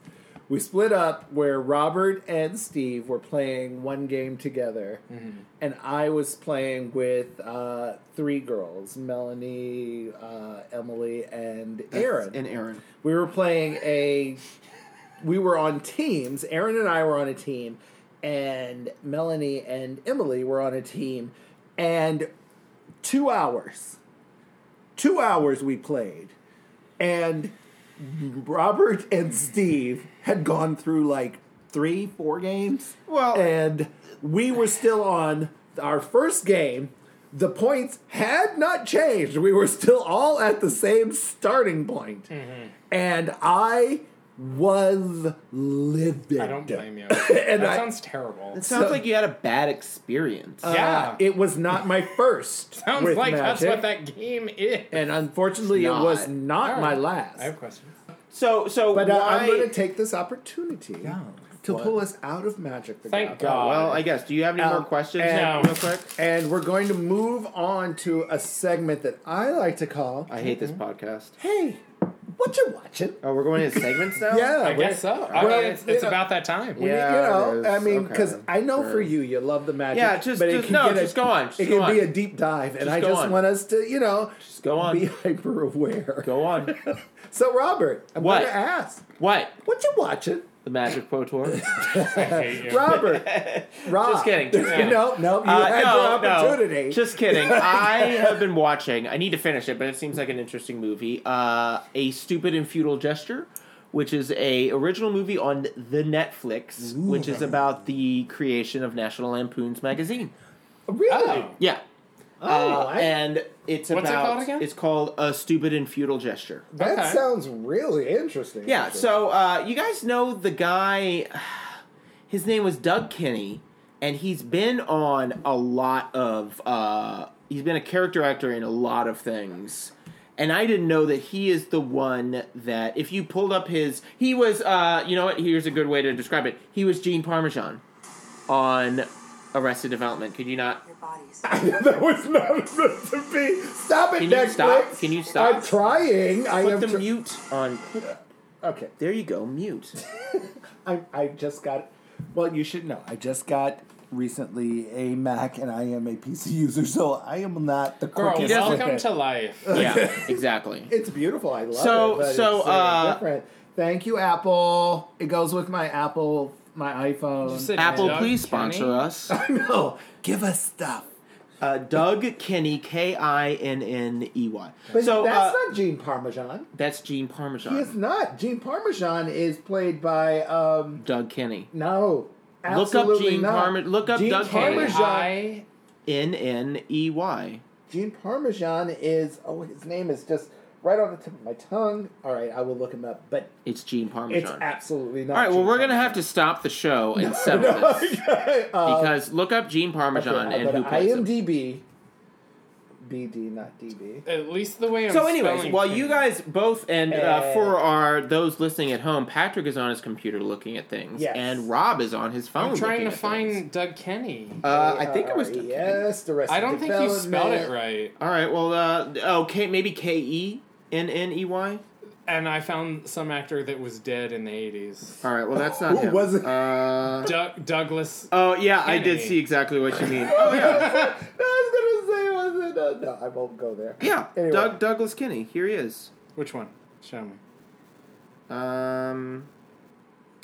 S1: We split up where Robert and Steve were playing one game together,
S2: Mm-hmm.
S1: and I was playing with uh, three girls: Melanie, uh, Emily, and Aaron.
S3: And Aaron.
S1: We were playing a. We were on teams. Aaron and I were on a team, and Melanie and Emily were on a team, and two hours. Two hours we played, and Robert and Steve had gone through like three, four games.
S3: Well-
S1: and we were still on our first game. The points had not changed. We were still all at the same starting point. And I was livid.
S2: I don't blame you.
S1: (laughs) And
S2: that
S1: I-
S2: sounds terrible.
S3: It sounds
S1: So-
S3: like you had a bad experience.
S2: yeah.
S1: It was not my first.
S2: (laughs) sounds
S1: with
S2: like that's
S1: magic,
S2: what that game is.
S1: And unfortunately,
S3: It's
S1: it was
S3: not.
S1: not
S2: All
S1: my
S2: right.
S1: last.
S2: I have questions.
S3: so so
S1: But uh,
S3: why?
S1: I'm going to take this opportunity to
S3: What?
S1: pull us out of Magic the
S2: Thank
S1: Gathering.
S2: God.
S3: Uh, well, I guess. Do you have any
S1: Um,
S3: more questions?
S2: and-
S3: Real quick.
S1: And we're going to move on to a segment that I like to call
S3: I hate this podcast.
S1: Hey, what you watching?
S3: Oh, we're going into segments
S1: (laughs)
S3: now.
S1: Yeah,
S2: I
S1: we-
S2: guess so. I
S1: well,
S2: mean, it's, it's
S1: you know-
S2: about that time.
S1: we-
S3: Yeah,
S1: you
S3: it
S1: know, I
S3: is.
S1: mean,
S3: Okay.
S1: because I know for
S3: Sure.
S1: you, you love the magic.
S3: Yeah, just-
S1: but it
S3: just-
S1: can
S3: no,
S1: get a-
S3: just go on, just
S1: it
S3: go
S1: can be
S3: on.
S1: a deep dive, and
S3: Just
S1: I
S3: go
S1: just
S3: on.
S1: want us to, you know,
S3: Just go on.
S1: be hyper aware.
S3: Go on.
S1: (laughs) So, Robert, I'm
S3: What?
S1: going to ask,
S3: what?
S1: what you watching?
S3: The Magic Pro Tour?
S2: I hate you.
S1: Robert, Rob.
S3: (laughs) Just kidding, just kidding.
S1: no, no, (laughs) you
S3: Uh,
S1: had your
S3: no, no.
S1: opportunity. (laughs)
S3: Just kidding. I have been watching. I need to finish it, but it seems like an interesting movie. Uh, a stupid and futile gesture, which is a original movie on the Netflix, which is about the creation of National Lampoon's magazine.
S1: really?
S2: Oh.
S3: Yeah.
S1: Oh,
S3: Uh,
S1: I-
S3: and it's
S2: What's it
S3: about
S2: called again?
S3: it's called a stupid and futile gesture.
S1: that
S2: Okay.
S1: sounds really interesting.
S3: Yeah.
S1: actually.
S3: So uh, you guys know the guy. (sighs) His name was Doug Kinney, and he's been on a lot of. Uh, he's been a character actor in a lot of things. And I didn't know that he is the one that, if you pulled up his, he was, uh, you know what? Here's a good way to describe it. He was Gene Parmesan on Arrested Development. Could you not?
S4: Your
S1: (laughs)
S4: bodies.
S1: that was not meant to be. Stop it,
S3: Can you
S1: Netflix.
S3: stop? Can you stop?
S1: I'm trying. I
S3: Put
S1: am.
S3: the
S1: tr-
S3: mute on. Click-
S1: okay.
S3: There you go, mute.
S1: I, I just got. Well, you should know. I just got recently a Mac, and I am a PC user, so I am not the
S2: Girl,
S1: quickest. with
S2: welcome
S1: it.
S2: to life.
S3: yeah, exactly.
S1: It's beautiful. I love
S3: So-
S1: it. but
S3: so,
S1: it's,
S3: uh,
S1: different. Thank you, Apple. It goes with my Apple, my iPhone.
S2: said-
S3: Apple,
S2: Doug
S3: please
S2: Kenny?
S3: sponsor
S1: (laughs)
S3: us.
S1: I know. Give us stuff.
S3: Uh, Doug Kenny, K I N N E Y.
S1: But
S3: So
S1: that's
S3: uh,
S1: not Gene Parmesan.
S3: that's Gene
S1: He is
S3: Parmesan.
S1: not. Gene Parmesan is played by um
S3: Doug Kenny,
S1: no.
S3: Look up
S1: Absolutely
S3: Gene
S1: not.
S3: Parme- look up
S1: Gene
S3: Doug Kenny.
S1: Parmesan.
S2: I
S3: N N E Y.
S1: Gene Parmesan is oh his name is just right on the tip of my tongue. All right, I will look him up, but
S3: It's Gene
S1: it's
S3: Parmesan.
S1: absolutely not.
S3: All right, well,
S1: Gene
S3: we're gonna have
S1: Parmesan.
S3: to stop the
S1: (laughs)
S3: show and settle this
S1: Okay, uh,
S3: because look up Gene Parmesan
S1: okay,
S3: and who
S1: but
S3: plays him.
S1: IMDb, BD not DB.
S2: at least the way I'm
S3: So, anyways,
S2: spelling
S3: while
S2: things.
S3: you guys both and
S1: Eh.
S3: uh, for our those listening at home, Patrick is on his computer looking at things,
S1: Yes.
S3: and Rob is on his phone.
S2: I'm trying
S3: looking
S2: to
S3: at things.
S2: find Doug Kenny.
S3: Uh, I think it was. Doug Kenny.
S1: yes. The rest.
S2: I don't think you spelled
S1: (laughs)
S2: it right.
S3: All right. Well, uh, okay, maybe K E N N E Y.
S2: And I found some actor that was dead in the 80s.
S3: All right. Well, that's not
S1: Who
S3: him.
S1: was it?
S3: Uh,
S2: Doug Douglas.
S3: oh yeah, I did
S2: Kenny.
S3: see exactly what you mean. (laughs) Oh yeah,
S1: No, I was gonna say was it? Uh, no, I won't go there.
S3: yeah.
S1: Anyway.
S3: Doug Douglas Kinney. Here he is.
S2: (laughs) Which one? Show me.
S3: Um.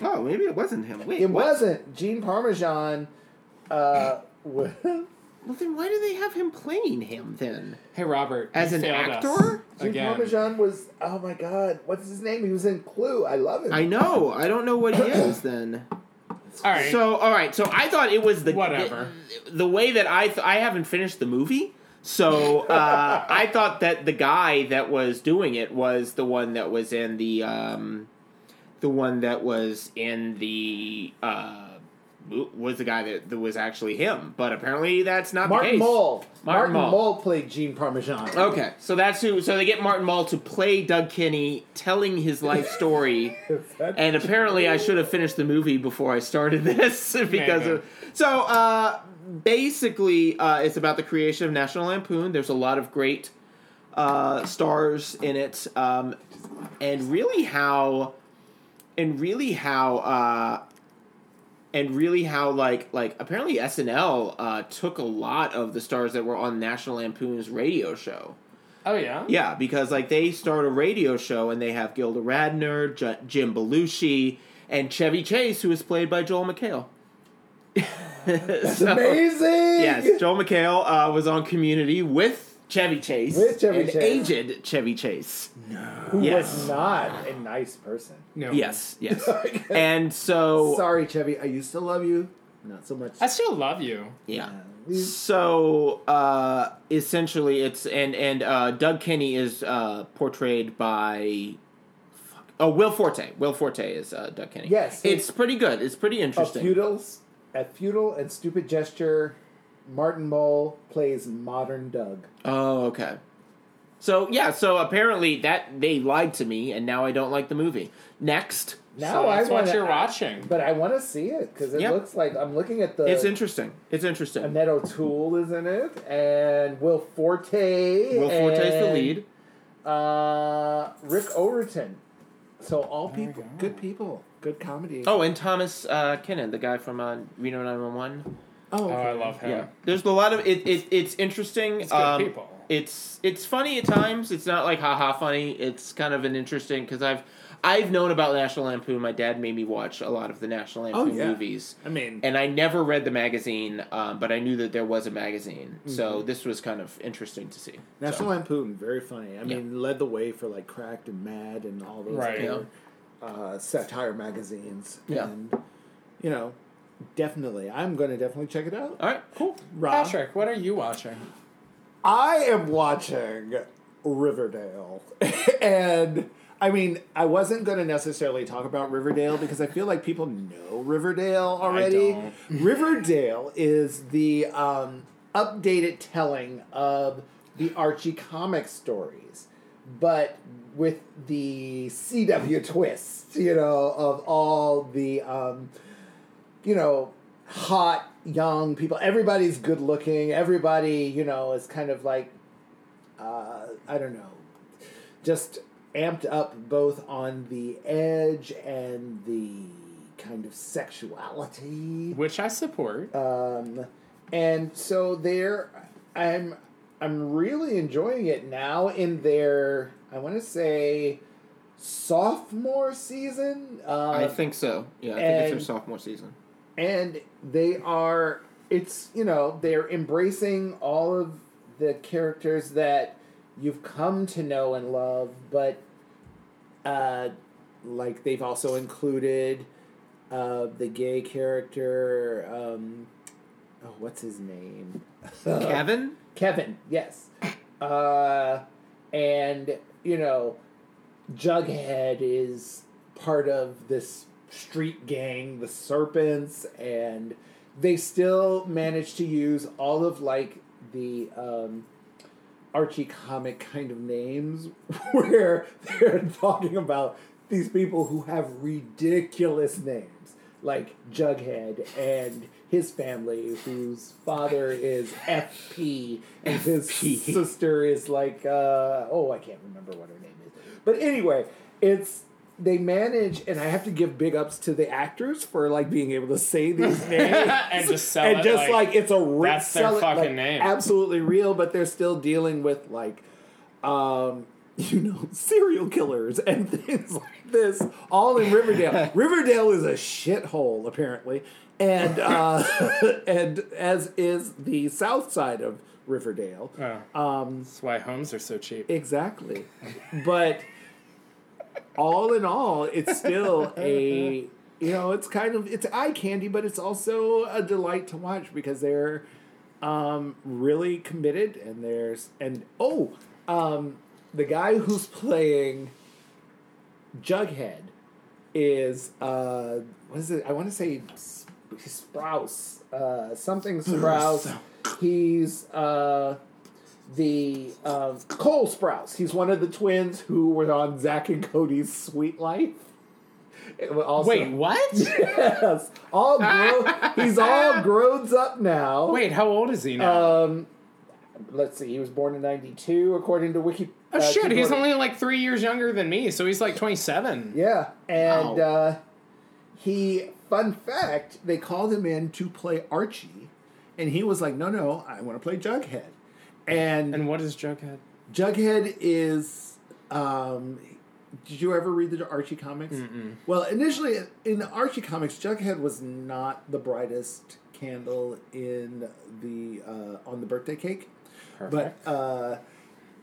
S3: Oh, maybe it wasn't him. Wait,
S1: It
S3: what?
S1: wasn't Gene Parmesan. Uh, wa- (laughs)
S3: Well, then why do they have him playing him then?
S2: Hey, Robert.
S3: As
S2: you
S3: an
S2: failed us
S3: actor?
S1: Gene
S2: Again.
S1: Parmesan was oh my god, what's his name? He was in Clue. I love him.
S3: I know. I don't know what he is then.
S2: All right.
S3: So, all right. So I thought it was the
S2: Whatever.
S3: The, the way that I th- I haven't finished the movie,
S2: (laughs)
S3: so uh, I thought that the guy that was doing it was the one that was in the um, the one that was in the uh, was the guy that, that was actually him, but apparently that's not the
S1: Martin
S3: case. Oh.
S1: Mull.
S3: Martin Mull.
S1: played Gene Parmesan.
S3: Okay, so that's who. So they get Martin Mull to play Doug Kinney, telling his
S2: (laughs)
S3: life story. and apparently, I should have finished the movie before I started (laughs) this because of. So uh, basically, uh, it's about the creation of National Lampoon. There's a lot of great uh, stars in it, um, and really how, and really how. Uh, and really how like like apparently SNL uh, took a lot of the stars that were on National Lampoon's radio show.
S2: Oh, yeah?
S3: Yeah, because like they start a radio show and they have Gilda Radner, J- Jim Belushi, and Chevy Chase, who is played by Joel McHale. (laughs) So,
S1: Amazing.
S3: Yes, Joel McHale uh, was on Community with Chevy Chase,
S1: With Chevy
S3: and
S1: Chase.
S3: aged Chevy Chase.
S1: (laughs) Who
S3: yes.
S1: was not a nice person.
S2: No.
S3: Yes,
S1: (laughs)
S3: yes, and so
S1: Sorry, Chevy. I used to love you. Not so much.
S2: I still love you.
S3: yeah.
S1: We-
S3: So uh, essentially, it's and and uh, Doug Kenny is uh, portrayed by fuck Oh, Will Forte. Will Forte is uh, Doug Kenny.
S1: Yes.
S3: it's pretty good. It's pretty
S1: A
S3: interesting.
S1: feudal, a feudal and stupid gesture. Martin Mull plays modern Doug.
S3: Oh, okay. So yeah, so apparently that they lied to me, and now I don't like the movie. Next,
S1: Now
S2: so that's
S1: I want
S2: what you're watching.
S1: but I want to see it because it
S3: Yep.
S1: looks like I'm looking at the.
S3: it's interesting. It's interesting.
S1: Annette O'Toole is in it, and Will Forte.
S3: Will Forte is the
S1: and,
S3: lead.
S1: Uh, Rick Overton. So all
S2: There
S1: people,
S2: you go.
S1: good people, good comedy.
S3: Oh, and Thomas uh, Kennan, the guy from uh, Reno 911.
S1: oh,
S2: Oh,
S1: okay.
S2: I love him.
S3: Yeah, there's a lot of it. it it's interesting.
S2: It's good
S3: um,
S2: people.
S3: It's it's funny at times. It's not like haha funny. It's kind of an interesting because I've I've known about National Lampoon. My dad made me watch a lot of the National Lampoon
S1: Oh, yeah.
S3: movies.
S1: I mean,
S3: and I never read the magazine, um, but I knew that there was a magazine. So this was kind of interesting to see.
S1: Mm-hmm. National
S3: So,
S1: Lampoon, very funny. I mean, led the way for like Cracked and Mad and all those
S2: Right.
S1: other, uh, satire magazines.
S3: Yeah.
S1: And, you know, definitely, I'm going to definitely check it out.
S3: all right, cool.
S1: Rob,
S2: Patrick, what are you watching?
S1: I am watching Riverdale. (laughs) and I mean, I wasn't going to necessarily talk about Riverdale because I feel like people know Riverdale already.
S2: don't.
S1: Riverdale is the um, updated telling of the Archie comic stories, but with the CW twist, you know, of all the. Um, you know, hot young people. Everybody's good looking. Everybody, you know, is kind of like, uh, I don't know, just amped up both on the edge and the kind of sexuality.
S2: Which I support.
S1: Um, and so there, I'm I'm really enjoying it now. In their, I want to say, sophomore season. Uh,
S3: I think so. Yeah, I think it's their
S1: and-
S3: sophomore season.
S1: and they are it's you know they're embracing all of the characters that you've come to know and love but uh like they've also included uh the gay character um oh what's his name Uh,
S3: Kevin.
S1: Kevin, yes. Uh, and, you know, Jughead is part of this street gang, the Serpents, and they still manage to use all of, like, the um, Archie comic kind of names (laughs) where they're talking about these people who have ridiculous names, like Jughead and his family, whose father is FP and his sister is like, uh, oh, I can't remember what her name is. But anyway, it's. They manage, and I have to give big ups to the actors for like being able to say these names (laughs)
S2: (laughs) And just sell
S1: and
S2: it,
S1: just
S2: like,
S1: like, it's a re-
S2: that's their
S1: sell it,
S2: fucking
S1: like,
S2: name.
S1: absolutely real, but they're still dealing with like, um, (laughs) you know, serial killers and (laughs) things like this, all in
S2: (laughs)
S1: Riverdale. Riverdale is a shithole, apparently, and uh, (laughs) and as is the south side of Riverdale.
S2: Oh. Um, That's why homes are so cheap.
S1: Exactly. But all in all, it's still a you know, it's kind of it's eye candy, but it's also a delight to watch because they're um really committed and there's and oh, um the guy who's playing Jughead is uh what is it? I want to say Sp- Sprouse, uh something Sprouse. He's uh the uh, Cole Sprouse. He's one of the twins who were on Zach and Cody's Sweet Life. It wa- Also, (laughs)
S2: Wait, what?
S1: yes, all gro- he's all grown up now.
S2: Wait, how old is he now?
S1: um, let's see. He was born in '92, according to Wiki.
S2: oh
S1: uh,
S2: shit, he's
S1: Wikipedia.
S2: only like three years younger than me, so he's like 27.
S1: Yeah, and
S3: Wow.
S1: uh, he. Fun fact: They called him in to play Archie, and he was like, "No, no, I want to play Jughead." And
S2: And what is Jughead?
S1: Jughead is. Um, did you ever read the Archie comics? Well, initially in the Archie comics, Jughead was not the brightest candle in the uh, on the birthday cake, but uh,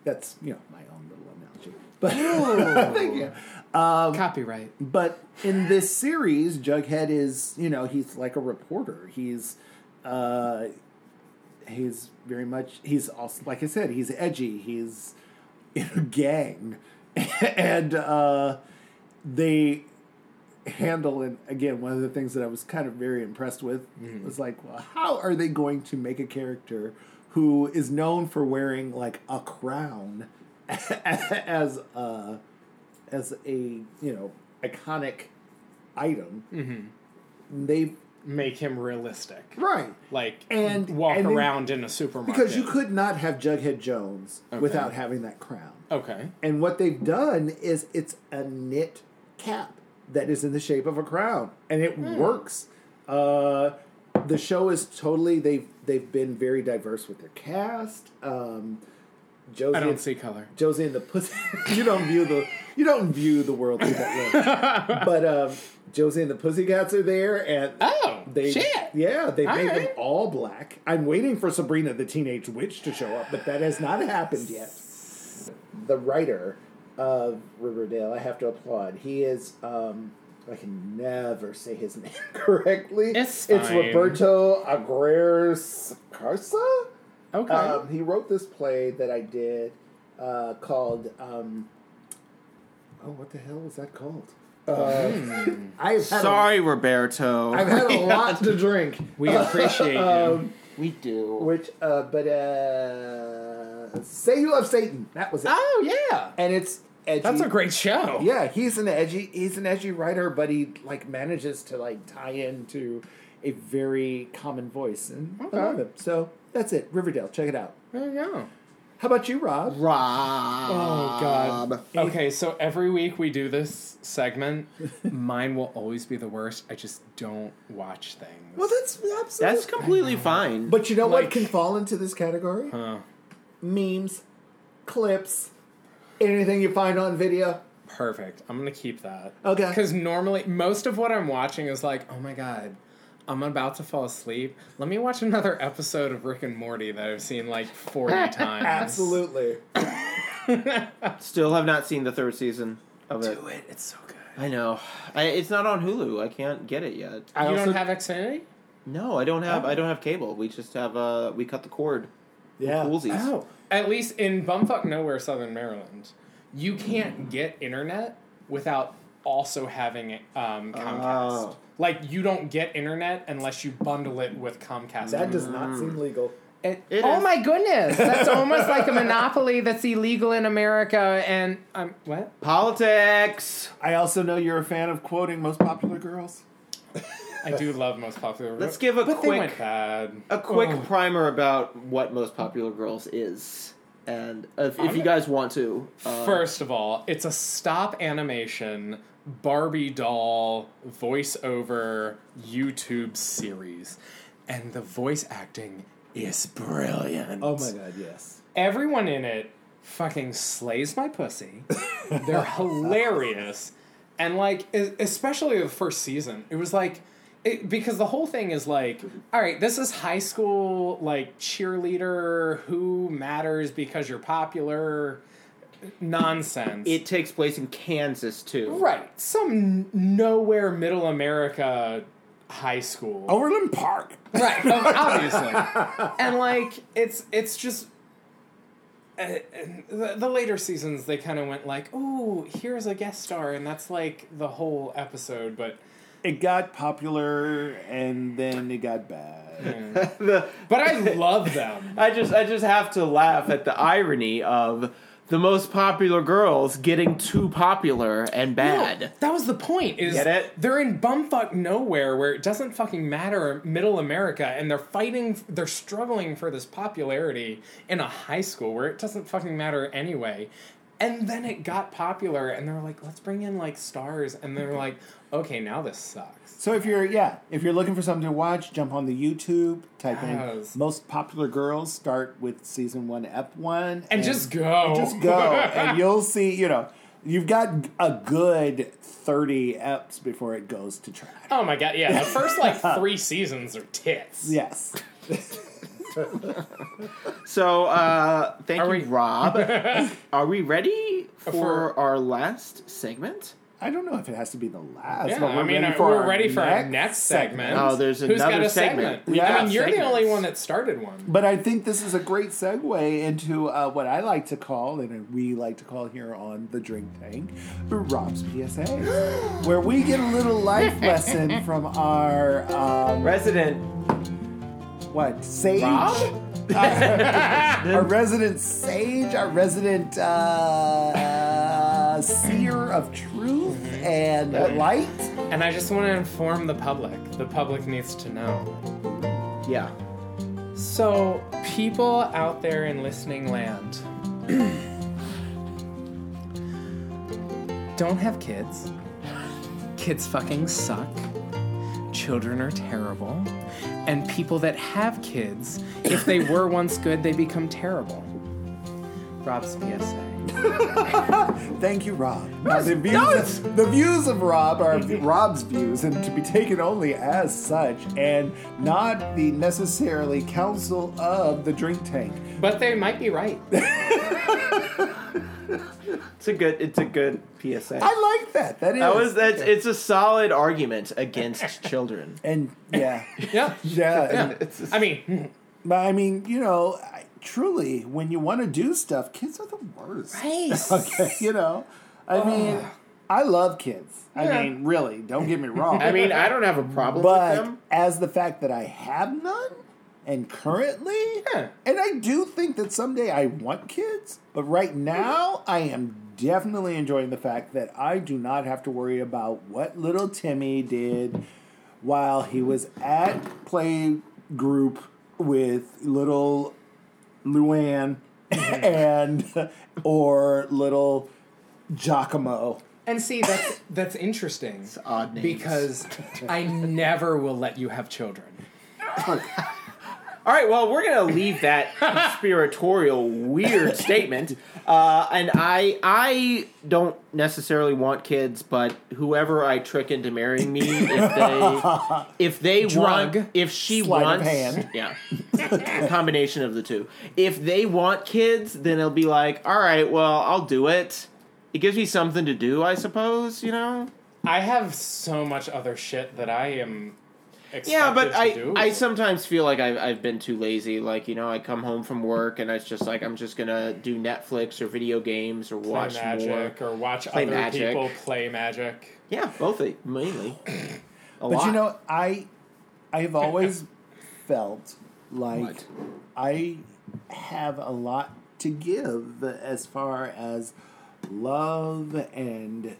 S1: that's you know my own little analogy. But (laughs) thank you.
S2: Um, Copyright.
S1: But in this series, Jughead is, you know, he's like a reporter. He's, uh, he's very much, he's also, like I said, (laughs) he's edgy. He's in a gang. and, uh, they handle and again one of the things that i was kind of very impressed with was like well how are they going to make a character who is known for wearing like a crown (laughs) as a as a you know iconic item
S2: Mm-hmm.
S1: they
S2: Make him realistic.
S1: right
S2: Like
S1: And-
S2: walk
S1: and then-
S2: around in a supermarket.
S1: because you could not have jughead jones without having that crown
S2: Okay.
S1: And what they've done is it's a knit cap that is in the shape of a crown, and it
S2: Hmm.
S1: works. Uh, the show is totally they've they've been very diverse with their cast. Um, Josie,
S2: I don't see color.
S1: Josie and the Pussy. (laughs) you don't view the you don't view the world through that
S2: (laughs)
S1: lens. but um, Josie and the Pussycats are there, and
S2: Oh
S1: they
S2: shit!
S1: yeah they
S2: All
S1: made them
S2: right.
S1: all black. I'm waiting for Sabrina the Teenage Witch to show up, but that has not happened yet. The writer of Riverdale, I have to applaud. He is um, I can never say his (laughs) name correctly.
S2: It's
S1: it's
S2: fine.
S1: Roberto Aguirre Carsa.
S2: Okay.
S1: Um, he wrote this play that I did uh, called. Um, oh, what the hell was that called? Uh, (laughs) I've had a- (laughs)
S3: Sorry, Roberto.
S1: I've had a lot to drink,
S2: we appreciate you.
S3: we do.
S1: which, uh, but uh, say you love Satan. That was it,
S2: Oh yeah,
S1: and it's edgy.
S2: that's a great show.
S1: Yeah, he's an edgy. He's an edgy writer, but he like manages to like tie into a very common voice, and I love him. So that's it. Riverdale, check it out.
S2: There you go.
S1: How about you, Rob?
S3: Rob.
S2: Oh,
S1: Oh,
S2: Um, Okay, so every week we do this segment. Mine will always be the worst. I just don't watch things.
S1: Well, that's absolutely.
S3: That's completely fine.
S1: But you know what
S2: Like-
S1: can fall into this category?
S2: Huh.
S1: Memes, clips, anything you find on video.
S2: Perfect. I'm gonna keep that.
S1: Okay.
S2: Because normally, most of what I'm watching is like, oh my god, I'm about to fall asleep. Let me watch another episode of Rick and Morty that I've seen like
S1: (laughs)
S2: 40 times. (laughs)
S1: Absolutely.
S3: still have not seen the third season of it.
S2: Do it. It's so good.
S3: I know. I, it's not on Hulu. I can't get it yet.
S1: I
S2: you
S1: also-
S2: don't have Xfinity?
S3: No, I don't
S2: Oh.
S3: have. I don't have cable. We just have. Uh, we cut the cord.
S1: Yeah.
S3: Woolsies.
S2: At least in bumfuck nowhere, Southern Maryland, you can't get internet without also having um, Comcast.
S3: Oh.
S2: Like you don't get internet unless you bundle it with Comcast.
S1: That does
S2: Mm.
S1: not seem legal.
S2: It-
S3: It
S2: oh
S3: is.
S2: my
S1: (laughs)
S2: goodness, that's almost like a monopoly that's illegal in America. And um, what?
S3: Politics.
S1: I also know you're a fan of quoting most popular girls.
S2: I do love most popular.
S3: Let's give a
S2: but they
S3: quick-
S2: went bad.
S3: A quick
S2: Oh.
S3: primer about what most popular girls is, and if, if you guys want to. Uh,
S2: First of all, it's a stop animation Barbie doll voiceover YouTube series. And the voice acting is brilliant.
S1: Oh
S3: Oh
S1: god, yes.
S2: Everyone in it fucking slays my pussy. They're hilarious. And like e- especially the first season, it was like it, because the whole thing is like, all right, this is high school like cheerleader who matters because you're popular nonsense.
S3: It takes place in Kansas too.
S2: Right. Some n- nowhere middle America high school.
S1: Overland Park.
S2: Right. ob- obviously. and like it's it's just uh, and the, the later seasons they kind of went like, "Oh, here's a guest star," and that's like the whole episode, but
S1: It got popular and then it got bad.
S3: The-
S2: but I love them.
S3: I just I just have to laugh at the irony of the most popular girls getting too popular and bad.
S2: No, that was the point. Is
S3: Get it?
S2: they're in bumfuck nowhere where it doesn't fucking matter, middle America, and they're fighting, they're struggling for this popularity in a high school where it doesn't fucking matter anyway. And then it got popular, and they're like, let's bring in like stars, and
S3: (laughs)
S2: they're like, okay, now this sucks.
S1: So if you're yeah, if you're looking for something to watch, jump on the YouTube, type in
S2: Yes.
S1: most popular girls, start with season one, ep one,
S2: And, just go,
S1: just
S2: (laughs)
S1: go, and you'll see. You know, you've got a good thirty eps before it goes to trash.
S2: oh my god, yeah. The
S1: (laughs)
S2: first like three seasons are tits.
S1: Yes,
S3: So, uh, thank
S2: Are (laughs)
S3: you,
S2: we-
S3: Rob. Are we ready for,
S2: For-
S3: our last segment?
S1: I don't know if it has to be the last.
S2: Yeah,
S1: but we're
S2: I mean,
S1: ready
S2: uh,
S1: for
S2: we're
S1: our
S2: ready for our
S1: next
S2: next segment.
S1: segment.
S3: Oh, there's
S2: Who's got
S3: another
S2: a
S3: segment.
S2: segment?
S3: We
S2: I
S1: got
S2: mean, you're the
S3: segments.
S2: only one that started one.
S1: But I think this is a great segue into uh, what I like to call, and we like to call here on the Drink Tank, Rob's
S2: (gasps)
S1: PSAs, where we get a little life lesson from our um,
S3: Resident.
S1: what sage,
S2: Rob?
S1: (laughs) our resident sage, our resident uh, uh, seer of truth and light.
S2: And I just want to inform the public. The public needs to know.
S3: Yeah.
S2: So, people out there in listening land, don't have kids. Kids fucking suck. Children are terrible. And people that have kids, if they (laughs) were once good, they become terrible. Rob's PSA.
S1: Thank you, Rob. Now, the, views,
S2: no, it's-
S1: the views of Rob are Rob's views and to be taken only as such and not the necessarily counsel of the drink tank.
S2: But they might be right.
S3: It's a good. It's a good PSA.
S1: I like that. That is.
S3: that was that's. It's a solid argument against children.
S1: and yeah.
S2: Yeah.
S1: Yeah.
S2: Yeah.
S1: and-
S2: (laughs) I mean,
S1: but I mean, you know, I, truly, when you want to do stuff, kids are the worst. Okay, (laughs) you know, I mean, (sighs) I love kids.
S2: Yeah.
S1: I mean, really, don't get me wrong.
S3: I mean, I don't have a problem with
S1: But
S3: them.
S1: as the fact that I have none, and currently,
S2: Yeah.
S1: and I do think that someday I want kids, but right now I am definitely enjoying the fact that I do not have to worry about what little Timmy did while he was at play group with little Luann (laughs) and or little Giacomo.
S2: and see that's that's interesting
S3: odd names.
S2: because (laughs) I never will let you have children.
S3: All right, well, we're gonna
S1: (laughs)
S3: leave that conspiratorial weird statement, uh, and I I don't necessarily want kids, but whoever I trick into marrying me, if
S1: (laughs)
S3: they if they
S2: Drug.
S3: want, if she
S1: Sleight of
S3: wants,
S1: hand.
S3: yeah, a combination of the two. If they want kids, then it'll be like, all right, well, I'll do it. It gives me something to do, I suppose. You know.
S2: I have so much other shit that I am. Expected
S3: Yeah, but
S2: to
S3: I
S2: do.
S3: I sometimes feel like I've I've been too lazy. Like you know, I come home from work and it's just like I'm just gonna do Netflix or video games or
S2: play
S3: watch more.
S2: magic or watch
S3: Play
S2: other
S3: Magic.
S2: people play magic.
S3: Yeah, both
S2: (coughs)
S3: of- mainly. A
S1: But
S3: lot.
S1: you know, I I have
S3: (laughs)
S1: always felt like
S3: What?
S1: I have a lot to give as far as love and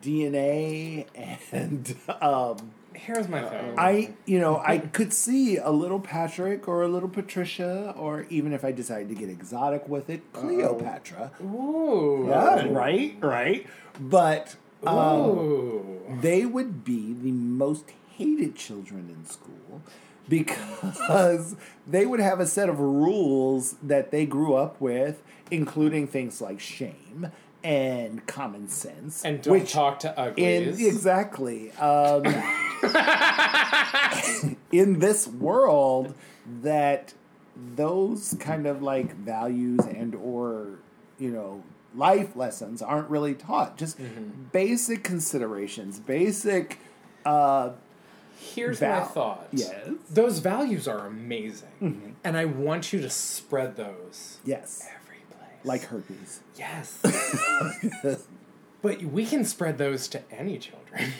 S1: DNA and (laughs) um,
S2: Here's my thing.
S1: I you know
S3: (laughs)
S1: I could see a little Patrick or a little Patricia or even if I decided to get exotic with it Cleopatra
S2: Ooh.
S1: Yeah, right right but um,
S2: Ooh.
S1: they would be the most hated children in school because they would have a set of rules that they grew up with, including things like shame and common sense.
S2: And don't talk to
S1: in,
S2: uglies.
S1: exactly. Um, in this world that those kind of like values and or you know life lessons aren't really taught just
S2: Mm-hmm.
S1: basic considerations basic uh
S2: Here's my
S1: Val-
S2: thought.
S1: Yes.
S2: Those values are amazing,
S3: Mm-hmm.
S2: and I want you to spread those
S1: yes
S2: every place.
S1: like
S2: (laughs)
S1: herpes
S3: (laughs)
S2: Yes. but we can spread those to any children.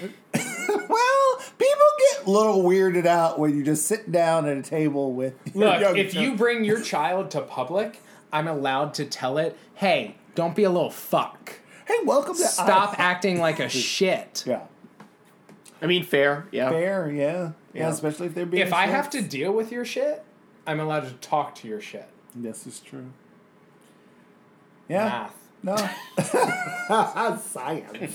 S1: well people get a little weirded out when you just sit down at a table with
S2: Look,
S1: young
S2: if you bring your child to public, I'm allowed to tell it, hey, don't be a little fuck.
S1: hey welcome to
S2: Stop
S1: I-
S2: acting like a shit.
S1: yeah
S3: I mean, fair. Yeah.
S1: fair yeah. yeah
S3: Yeah.
S1: especially if they're being
S2: If I have to
S1: serious.
S2: deal with your shit, I'm allowed to talk to your shit.
S1: this is true yeah
S2: Math.
S1: No. (laughs) Science.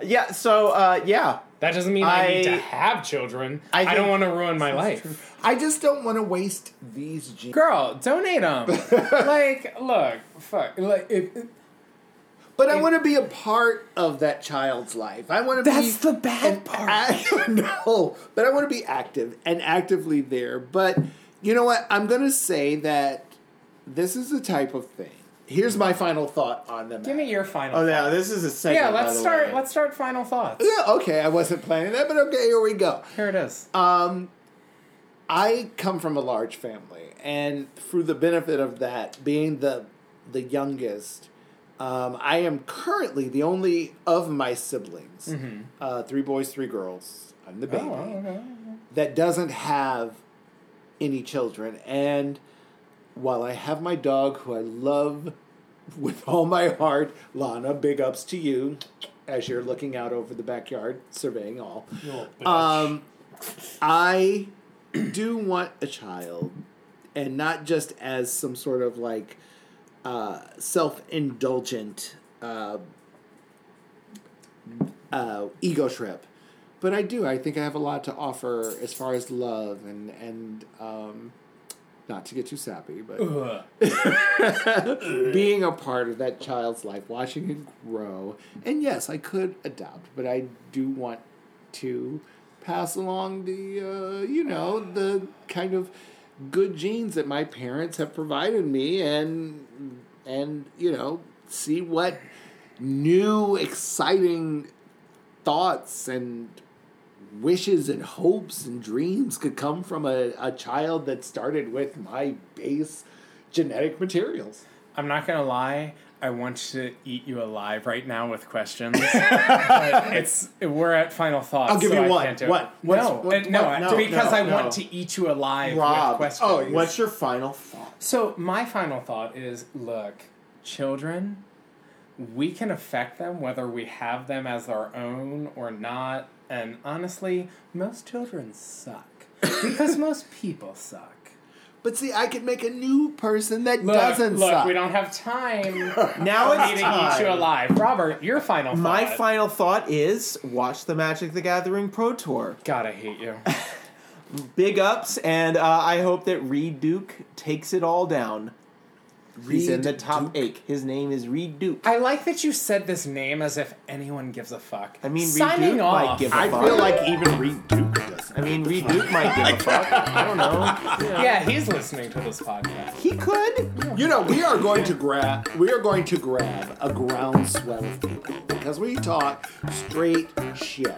S3: Yeah. So uh, yeah,
S2: That doesn't mean I, need
S3: I-
S2: to have children.
S3: I
S2: I, don't
S3: think-
S2: want to ruin my life.
S1: I just don't want to waste these genes.
S2: Girl, donate them. like, look, fuck. Like, if,
S1: But I want to be a part of that child's life. I want to be.
S2: That's the bad
S1: an
S2: part.
S1: act- (laughs) no, but I want to be active and actively there. But you know what? I'm going to say that this is the type of thing. Here's my final thought on them.
S2: Give me your final.
S3: Oh,
S2: thought.
S3: yeah, this is a segment.
S2: Yeah,
S3: by
S2: let's
S3: the
S2: start.
S3: way.
S2: Let's start final thoughts.
S1: Yeah, okay, I wasn't planning that, but okay, here we go.
S2: Here it is.
S1: Um, I come from a large family, and through the benefit of that, being the the youngest, um, I am currently the only of my siblings, uh, three boys, three girls. I'm the baby
S2: Mm-hmm. Oh, okay.
S1: that doesn't have any children. And while I have my dog, who I love with all my heart, Lana, big ups to you as you're looking out over the backyard, surveying all.
S2: Oh,
S1: Um, I do want a child, and not just as some sort of like uh, self indulgent uh, uh, ego trip. But I do. I think I have a lot to offer as far as love and and um, not to get too sappy, but
S2: Ugh.
S1: being a part of that child's life, watching it grow. And yes, I could adopt, but I do want to pass along the, uh, you know, the kind of good genes that my parents have provided me and, and, you know, see what new, exciting thoughts and wishes and hopes and dreams could come from a, a child that started with my base genetic materials.
S2: I'm not gonna lie. I want to eat you alive right now
S1: (laughs)
S2: with questions. but it's we're at final thoughts.
S1: I'll give
S2: so
S1: you
S2: I
S1: one.
S2: Can't do
S1: One.
S2: It.
S1: What's-
S2: no,
S1: what-
S2: uh, no,
S1: what-
S2: I-
S1: no,
S2: because
S1: no,
S2: I
S1: no.
S2: want to eat you alive with
S3: Rob,
S2: questions.
S1: oh, yes.
S3: what's your final thought?
S2: So my final thought is: look, children, we can affect them whether we have them as our own or not. And honestly, most children
S1: (laughs)
S2: suck because most people suck.
S1: But see, I could make a new person that
S2: Look,
S1: doesn't
S2: look,
S1: suck.
S2: we don't have time.
S3: (laughs) Now
S2: I need
S3: it's
S2: to eat you
S3: time.
S2: alive, Robert. Your final.
S3: My
S2: thought.
S3: final thought is watch the Magic the Gathering Pro Tour.
S2: God, I hate you.
S3: Big ups, and uh, I hope that Reed Duke takes it all down. He's in
S1: Reed
S3: the top
S1: Duke.
S3: eight. His name is Reed Duke.
S2: I like that you said this name as if anyone gives a fuck.
S3: I mean, Reed
S2: signing
S3: Duke
S2: off.
S3: might give a
S1: I
S3: fuck.
S1: feel like even Reed Duke doesn't.
S3: I mean, Reed Duke might give a fuck. (laughs) I don't know.
S2: yeah, he's listening to this podcast.
S3: He could.
S1: You know, we are going to grab we are going to grab a groundswell of people because we talk straight shit.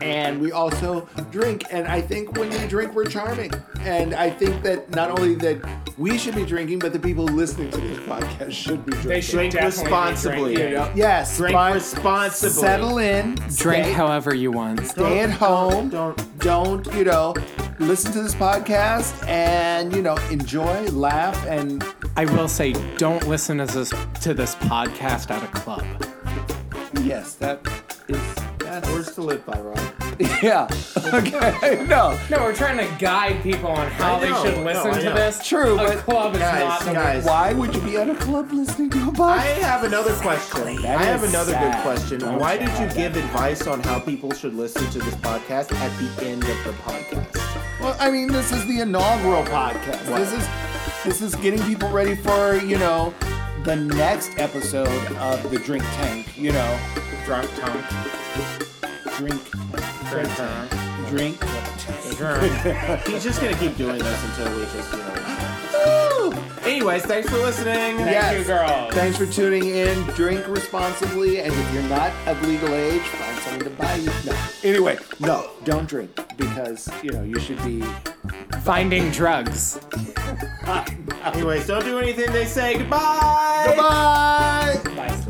S1: And we also drink, and I think when we drink, we're charming. And I think that not only that we should be drinking, but the people listening to this podcast should be drinking.
S2: They should
S3: Drink
S2: definitely be
S3: responsibly.
S2: drinking.
S3: Yeah.
S1: Yes,
S3: Drink
S1: but
S3: responsibly.
S1: Settle in.
S2: Drink
S1: stay-
S2: however you want.
S1: stay at home.
S3: Don't-
S1: don't you know? Listen to this podcast and you know enjoy, laugh, and
S2: I will say, don't listen to this, to this podcast at a club.
S1: yes, that is that's
S3: Words to live by, Rob.
S1: (laughs) yeah. Okay, (laughs) no,
S2: No, we're trying to guide people on how
S3: I
S2: they
S3: know,
S2: should
S3: no,
S2: listen
S3: I
S2: to
S3: know.
S2: this.
S1: True,
S2: a
S1: but-
S2: club is
S3: Guys,
S2: not the
S3: guys.
S1: why would you be at a club listening to a
S3: I
S1: podcast?
S3: have another question.
S1: That
S3: I have
S1: is
S3: another
S1: sad.
S3: good question.
S1: Don't
S3: Why
S1: you
S3: did
S1: have
S3: you give advice on how people should listen to this podcast at the end of the podcast?
S1: Well, I mean, this is the inaugural podcast. This is this is getting people ready for you know the next episode of the Drink Tank. You know,
S2: Drunk tongue.
S1: drink,
S2: Drunk tongue.
S1: drink. Tank.
S3: He's just gonna keep doing this until we just, you
S1: Woo!
S3: know. Anyways, thanks for listening.
S1: Yeah.
S2: Thank
S1: Yes.
S2: you, girls.
S1: Thanks for tuning in. Drink responsibly, and if you're not of legal age, find someone to buy you. No. Anyway, no, don't drink because you know you should be.
S2: Finding drugs.
S3: Anyways, don't do anything they say. Goodbye.
S1: Bye.
S2: Bye.